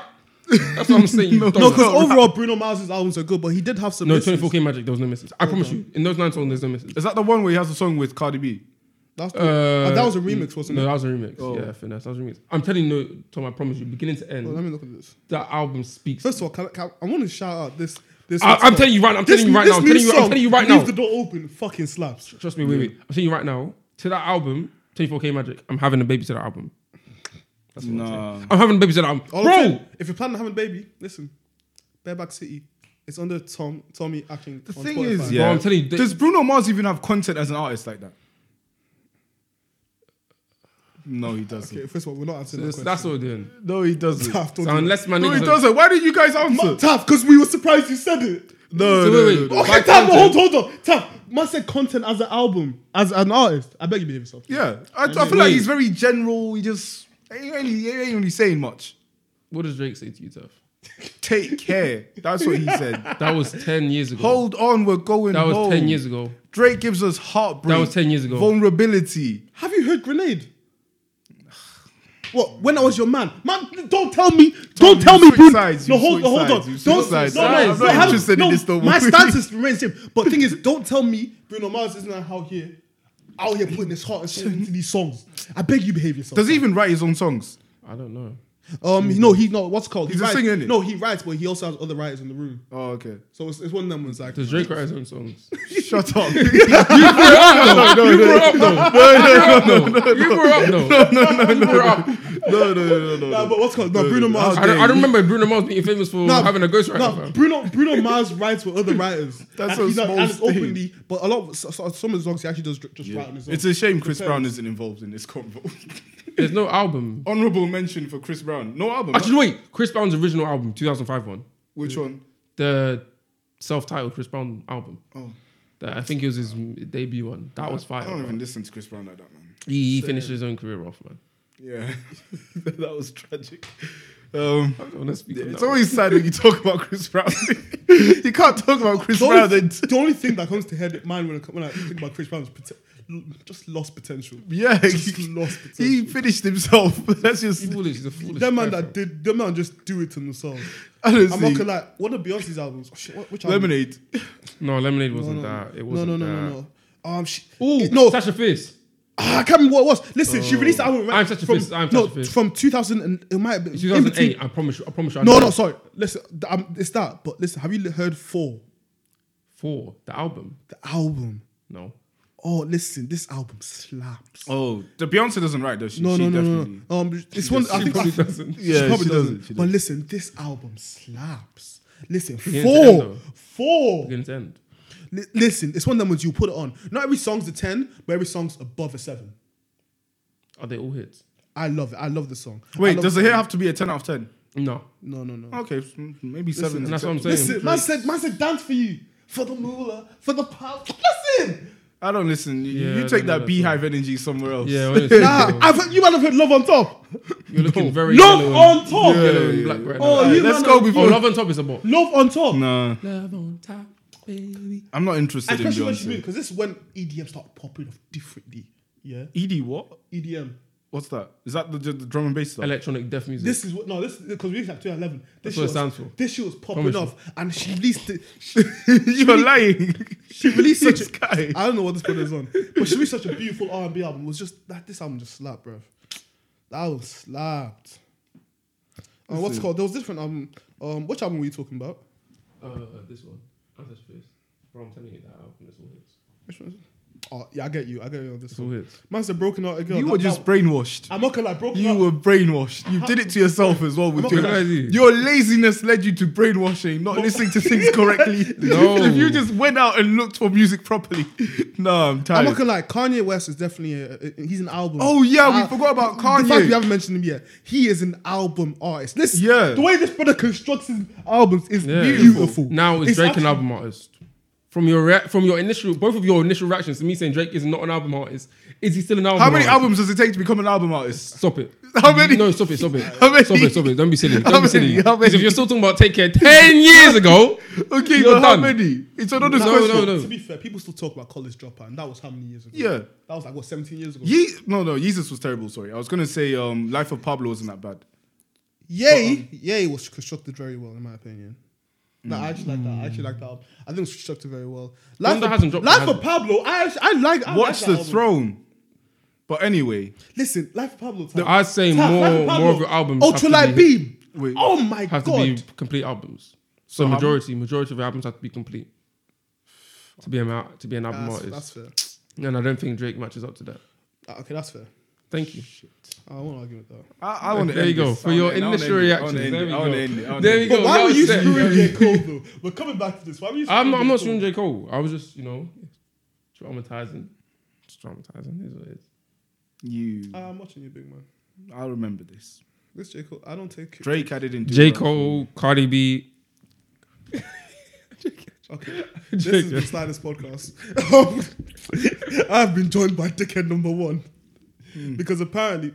C: That's what I'm saying. no,
A: no, because overall, Bruno Mars' albums are good, but he did have some.
C: no,
A: misses.
C: 24K Magic. There was no misses. I promise you. In those nine songs, there's no misses.
B: Is that the one where he has a song with Cardi B?
A: That's the,
C: Uh,
A: uh, that was a remix, wasn't
C: No,
A: it?
C: that was a remix.
B: Oh.
C: Yeah, finesse. That was a remix. I'm telling you, no, Tom. I promise you, beginning to end,
A: Well, let me look at this.
C: that album speaks.
A: First of all, can I, can I, I want to shout out this. This.
C: I,
A: song.
C: I'm telling you right. I'm
A: This-
C: telling you right
A: this
C: now. I'm
A: new
C: telling you. I'm
A: song,
C: telling you right
A: Leave
C: now.
A: the door open. Fucking slaps.
C: Trust me, wait, wait. I'm telling you right now. To that album, 24K Magic. I'm having a baby to that album.
B: Nah.
C: I'm having a baby to that album,
A: All I'm
C: bro.
A: saying, if you're planning on having a baby, listen, Bareback City. It's under Tom Tommy Akin.
B: The
A: on
B: thing
A: Spotify.
B: is, yeah,
C: I'm telling you, they-
B: does Bruno Mars even have content as an artist like that? No, he doesn't.
A: Okay, first of all, we're not answering
C: That's,
A: that
C: that's
A: question.
C: what we're doing.
B: No, he doesn't.
A: Tough, don't
C: So
A: do
C: unless my
B: No, he
C: niggas are-
B: doesn't. Why did you guys answer?
A: that. Tough, because we were surprised you said it.
B: No,
C: So
B: no,
C: wait,
B: no,
C: wait.
B: no.
A: Okay,
B: By
A: Tav,
B: content.
A: hold, hold on. Tav, man said content as an album, as an artist. I beg you, believe yourself.
B: Yeah, I, I
A: mean-
B: feel like he's very general. He just he ain't, really, he ain't really saying much.
C: What does Drake say to you, Tuff?
B: Take care. That's what he said.
C: That was 10 years ago.
B: Hold on, we're going.
C: that was
B: home.
C: 10 years ago.
B: Drake gives us heartbreak.
C: That was 10 years ago.
B: Vulnerability.
A: Have you heard Grenade? What? When I was your man, man, don't tell me, don't tell me,
B: you
A: Bruno.
B: switch sides, you
A: no, hold,
B: switch
A: no, hold
B: sides,
A: on,
B: you switch
A: don't,
B: sides.
A: no,
C: I'm
A: no,
C: not
A: no, have-
B: interested in
A: no,
B: this though,
A: My
B: boy.
A: stance is remains same, but thing is, don't tell me Bruno Mars isn't out here, out here putting his heart and soul into these songs. I beg you, behave yourself.
B: Does he even write his own songs?
C: I don't know.
A: Um, no, he no, what's it called?
B: He's a
A: he writes,
B: singer, innit?
A: No, he writes, but he also has other writers in the room.
B: Oh, okay.
A: So it's, it's one of them ones like
C: Does Drake write his own songs?
B: Shut up. you brought up. No, no,
C: you
B: no,
C: grew up, though. No, no, no, You grew up, though. You grew up.
B: no, no, no, no,
A: Nah,
B: no.
A: but what's it called? No, Bruno Mars.
C: I don't, I don't remember Bruno Mars being famous for
A: No,
C: having a ghostwriter.
A: no,
C: fam.
A: Bruno Bruno Mars writes with other writers.
B: That's
A: And
B: a
A: he's not-
B: small
A: and it's
B: thing.
A: openly, but a lot of so, so, some of his songs he actually does dr- just write on his own.
B: It's a shame Chris Brown isn't involved in this convo.
C: There's no album.
B: Honorable mention for Chris Brown. No album.
C: Actually, wait. Chris Brown's original album, 2005 one.
B: Which one?
C: The self-titled Chris Brown album.
B: Oh.
C: That I think it was his debut one. That was fire.
B: I don't
C: bro.
B: even listen to Chris Brown like that, man.
C: He, he finished his own career off, man.
B: Yeah, that was tragic. Um,
C: I don't want to speak on
B: it's
C: that one.
B: always sad when you talk about Chris Brown. you can't talk about Chris
A: the,
B: Brown.
A: only,
B: Then
A: the only thing that comes to head mind when I, when I think about Chris Brown is pote- l- just lost potential.
B: yeah,
A: Just
B: he,
A: lost potential.
B: he finished himself. That's just.
C: He's foolish. He's a foolish.
A: Them man
C: guy,
A: that did, them man just do it to themselves. I'm not
B: Honestly,
A: gonna lie. One of Beyonce's albums. oh shit, what- Which album?
B: lemonade.
C: fam. No, Lemonade
A: No,
C: wasn't
A: no,
C: that.
A: no,
C: It wasn't
A: no, no,
C: that.
A: no, no. Um, she,
C: Ooh,
A: it- no,
C: Sasha Fierce.
A: Ah, I can't remember what it was. Listen, she released the album.
C: Oh. I'm such a
A: from,
C: fist, I'm
A: no,
C: such a fist.
A: from 2000 and it might have been in between-
C: 2008. I promise you. I promise you. I
A: No,
C: know.
A: no, sorry. Listen, th- um, it's that. But listen, have you li- heard Four,
C: Four. The album.
A: the album?
C: No.
A: Oh, listen, this album slaps.
B: Oh, the Beyonce doesn't write though. She,
A: no,
B: she
A: no, no, no,
B: definitely.
A: no. Um, it's one. I
C: she
A: think
C: probably
A: I-
C: doesn't.
A: She
B: Yeah, she
A: probably
B: doesn't,
A: doesn't.
B: she
A: But listen, this album slaps. Listen,
C: Beginning to end,
A: four,
C: though.
A: four.
C: Beginning to end.
A: Li- listen, it's one of them ones you put it on. Not every song's a ten, but every song's above a seven.
C: Are they all hits?
A: I love it. I love the song. I
B: Wait,
A: love
B: does Oh, the
A: song.
B: hair have to be a ten out of ten?
C: No.
A: No, no, no.
B: Okay, s- maybe seven.
C: And
B: is
C: that's what I'm
B: acceptable.
C: saying.
A: Listen, man said, man said, dance for you, for the moolah, for the power. Listen,
B: I don't listen. You,
C: Yeah,
B: you
C: I don't
B: take
C: know
B: that
C: that
B: beehive energy somewhere else.
C: Yeah.
A: nah, I've heard, you might have heard love on top.
C: You're looking very
A: Love
C: yellow
A: on
C: and-
A: top.
C: yellow and black right
A: Oh,
C: now.
A: you
B: let's
A: man
B: go
A: are-
B: before.
C: Oh, Love on Top is a bop.
A: Love on top.
B: Nah.
C: Love on top. baby.
B: I'm not interested in
A: Especially when she moved,
B: Beyonce.
A: because this is when EDM started popping off differently. Yeah, E
B: Edie, what?
A: EDM.
B: What's that? Is that the, the drum and bass stuff?
C: Electronic death music.
A: This is what no, this because we used to have 2011. This
C: That's what it
A: shit was,
C: stands for.
A: This shit was popping
C: Promise you.
A: off, and she released it.
B: You're lying.
A: She released such
B: This
A: a,
B: guy.
A: I don't know what this brother's on, but she released such a beautiful R and B album. It was just that this album just slapped, bro. That was slapped. Uh, what's it called? There was different album. Um, which album were you talking about?
C: uh, this one. Ancestors. Bro, I'm telling you that album is all hits.
A: Which one? Oh yeah, I get you. I get you on this
C: It's all
A: one.
C: hits.
A: Man said broken out again.
B: You were just brainwashed.
A: I'm not gonna lie, broken
B: You
A: out.
B: were brainwashed. You did it to yourself as well. With
A: I'm not
B: your,
C: gonna lie.
B: your laziness led you to brainwashing, not listening to things correctly.
C: No.
B: If you just went out and looked for music properly. No, I'm
A: I'm
B: tired.
A: not gonna lie. Kanye West is definitely a, a- he's an album.
B: Oh, yeah, we
A: Uh,
B: forgot about
A: The fact
B: Kanye.
A: we haven't mentioned him yet. He is an album artist. This
B: Yeah.
A: The way this brother constructs his albums is
C: Yeah.
A: beautiful.
C: Now it's, Drake an
A: actually-
C: album artist. From your rea- from your initial both of your initial reactions to me saying Drake is not an album artist, is he still an album?
B: How many
C: artist?
B: albums does it take to become an album artist?
C: Stop it.
B: How many?
C: No, stop it, stop it.
B: How many?
C: Stop it, stop it. Don't be silly. Don't
B: How
C: be
B: many?
C: silly.
B: How
C: Because
B: many?
C: if you're still talking about Take Care 10 years ago,
B: Okay,
C: You're
B: but how
C: done.
B: many? It's another
C: No,
B: question.
C: no, no.
A: To be fair, people still talk about college dropout, and that was how many years ago?
B: Yeah.
A: that was like what 17 years ago.
B: Ye- no, no, Jesus was terrible. Sorry, I was gonna say um, Life of Pablo wasn't that bad.
A: Yay,
B: um,
A: Yay was constructed very well in my opinion. No, I actually like that. I actually like that album. I think it was constructed very well. Life,
C: Wonder
A: of,
C: hasn't dropped-
A: Life
C: has
A: of
C: it?
A: Pablo. I actually, I like. I
B: Watch
A: like that
B: the
A: album.
B: Throne. But anyway,
A: Listen, Life of Pablo.
C: I'd say
A: Life
C: more
A: of Pablo.
C: more of your albums
B: Oh,
C: have
A: Ultra
C: to
A: Light
C: be,
A: Beam.
B: Wait.
A: oh my
C: have
A: god.
C: to be complete albums. So,
B: how-
C: majority majority of your albums have to be complete to be an al- to be an album
A: that's,
C: artist.
A: that's fair.
C: And I don't think Drake matches up to that.
A: Ah, Okay, that's fair. Ah,
C: Thank you.
A: I won't argue with that.
B: I, I want to.
C: There you go. For your initial reaction. There we go. There we go.
A: But why
C: that
A: were
C: was
A: you
C: sick.
A: screwing J. Cole though? We're coming back to this. Why were you
C: I'm not, I'm not
A: J. Cole?
C: suing J. Cole. I was just, you know, traumatizing. Just traumatizing. It is what it is.
B: You,
A: Ah, I'm watching you, big man.
B: I remember this.
A: This J. Cole, I don't take it.
B: Drake added in
C: J. Cole, Cardi B.
A: Okay. This has been Sliders Podcast. Um, I've been joined by dickhead number one. Because apparently.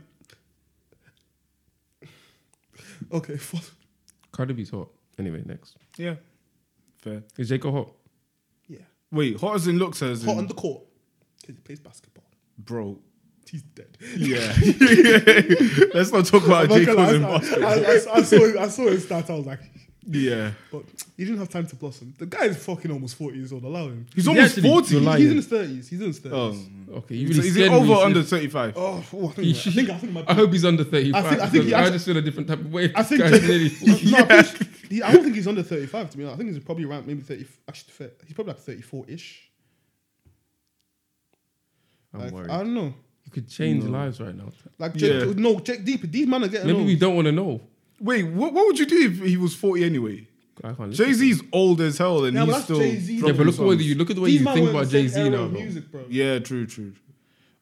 A: Okay, fuck.
C: Cardi B's hot. Anyway, next.
B: Yeah, fair.
C: Is J. Cole hot?
A: Yeah.
B: Wait, hot as in looks as
C: Hmm.
A: Hot on
B: in,
A: the court. 'Cause he plays basketball.
B: bro.
A: He's dead.
B: Yeah. Let's not talk about J.
A: Okay,
B: Cole
A: like,
B: and
A: I,
B: Boston.
A: I, I, I, saw, I saw his stats. I was like,
B: Yeah,
A: but he didn't have time to blossom. The guy is fucking almost 40 years old. Allow him.
B: he's
C: He
B: almost
C: actually-
B: forty.
C: you're
A: He-
C: lying.
A: He's in his 30s. He's in his 30s.
B: Oh,
C: Okay, you
B: is,
C: really
B: is it
C: scared me.
B: over
C: You
B: or
C: said-
B: under thirty-five?
A: Oh, oh, I think, I think I think my
C: I hope he's under 35.
A: I think- I
C: I,
A: think he
C: I
A: actually-
C: just feel a different type of way.
A: I think
C: This guy's nearly-
A: no, I, think he, I don't think he's under 35 to be honest. I think he's probably around maybe 30 actually fair- he's probably like 34 ish.
C: I'm
A: Like,
C: worried.
A: I don't know.
C: you could change
B: No.
C: lives right now.
A: Like Jake,
B: Yeah.
A: no, Jake deeper. These men are getting
C: Maybe
A: old.
C: we don't want to know.
B: Wait, what, what would you do if he was forty anyway?
C: I can't listen.
B: Jay Z's old as hell, and
A: Yeah, but
B: he's
A: that's
B: still.
A: Jay-Z.
C: Yeah, but
B: dropping
C: look at the way
B: songs.
C: you look at the way
A: These
C: you
A: men
C: think
A: were in
C: about
A: the same
C: Jay Z
A: era
C: now.
A: of
C: though.
A: Music, bro.
B: Yeah, true, true.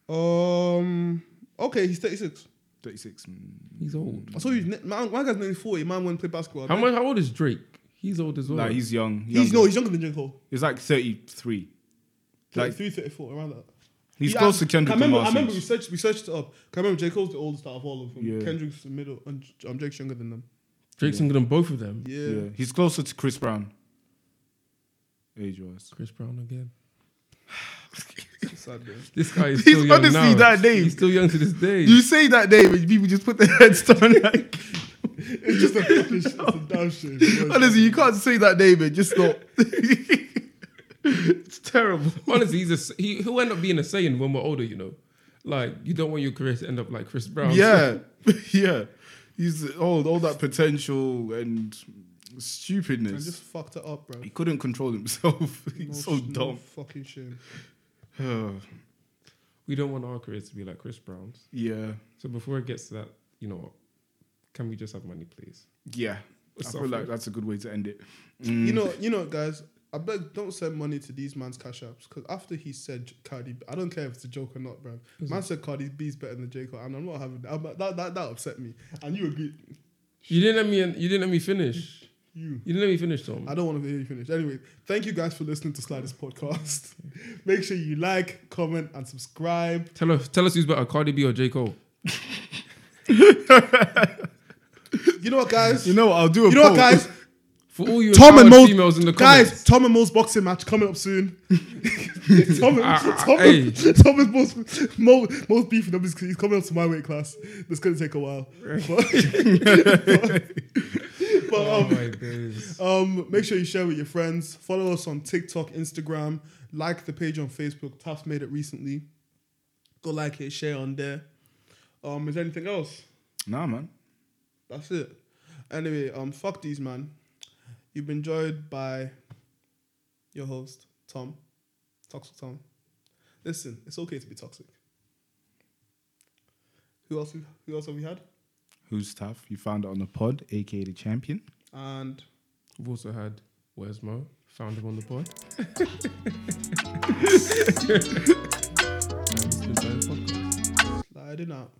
A: Um. Okay, he's 36.
B: Thirty-six. mm.
C: He's old.
A: I saw you. My, my guy's nearly 40. Man, won't play basketball.
C: How
A: man.
C: much? How old is Drake? He's old as well.
B: Nah, he's young.
A: He's
B: younger.
A: no, he's younger than J Cole.
B: He's like 33. Like,
A: 33, 34, around that.
B: he's
A: He-
B: close
A: I-
B: to Kendrick
A: I remember, I
B: Lamar's
A: remember we
B: age.
A: searched, we searched it up. 'Cause I remember J Cole's the oldest out of all of them.
B: Yeah.
A: Kendrick's the middle, and um, Drake's younger than them.
C: Drake's younger than both of them.
A: Yeah.
B: Yeah, he's closer to Chris Brown. Age wise.
C: Chris Brown again.
A: It's a sad day.
C: This guy is
B: He's
C: still young
B: honestly
C: now.
B: that name.
C: He's still young to this day.
B: You say that name and people just put their heads down like
A: It's just a fucking shit. It's a damn shame. bro.
B: honestly you can't say that name and just not It's terrible.
C: Honestly, he's a, s- he, he'll end up being a saying when we're older, you know. Like, you don't want your career to end up like Chris Brown.
B: Yeah. yeah. He's all all that potential and
A: I
B: stupidness.
A: just fucked it up, bro.
B: he couldn't control himself. He's
A: No-
B: so Oh,
A: no
B: dumb.
A: fucking shame.
C: We don't want our careers to be like Chris Brown's.
B: yeah.
C: So before it gets to that, you know, can we just have money, please?
B: Yeah. I feel
C: Suffer.
B: like that's a good way to end it.
A: You know, you know, guys. I beg, don't send money to these man's cash apps because after he said Cardi, B, I don't care if it's a joke or not, bro. Man said Cardi B's better than J Cole, and I'm not having that. That, that. that upset me, and you agree.
C: You didn't let me. You didn't let me finish.
A: You.
C: You didn't let me finish, Tom.
A: I don't want to hear you finish. Anyway, thank you guys for listening to Sliders Podcast. Make sure you like, comment, and subscribe.
C: Tell us. Tell us who's better, Cardi B or J Cole.
A: You know what, guys?
B: You know what? I'll do a
A: You know
B: poll.
A: what, guys?
C: For all you
A: Tom
C: empowered
A: and Mo's
C: females in the
A: guys.
C: comments.
A: Tom and Mo's boxing match coming up soon. Tom,
C: Ah,
A: and
C: ah,
A: Tom,
C: hey.
A: and Tom and Mo's, Mo, Mo's beefing up. He's, he's coming up to my weight class. That's gonna take a while. But, but,
C: Oh
A: um,
C: my goodness.
A: um, make sure you share with your friends. Follow us on TikTok, Instagram. Like the page on Facebook. Taft's made it recently. Go like it, share on there. Um, is there anything else?
B: Nah, man.
A: That's it. Anyway, um, fuck these man. You've been joined by your host Tom, Toxic Tom. Listen, it's okay to be toxic. Who else? Who else have we had?
B: Who's tough? You found it on the pod, aka the champion.
A: And
C: We've also had Where's Mo? Found him on the pod. And it's been Science Podcast.
A: sliding out.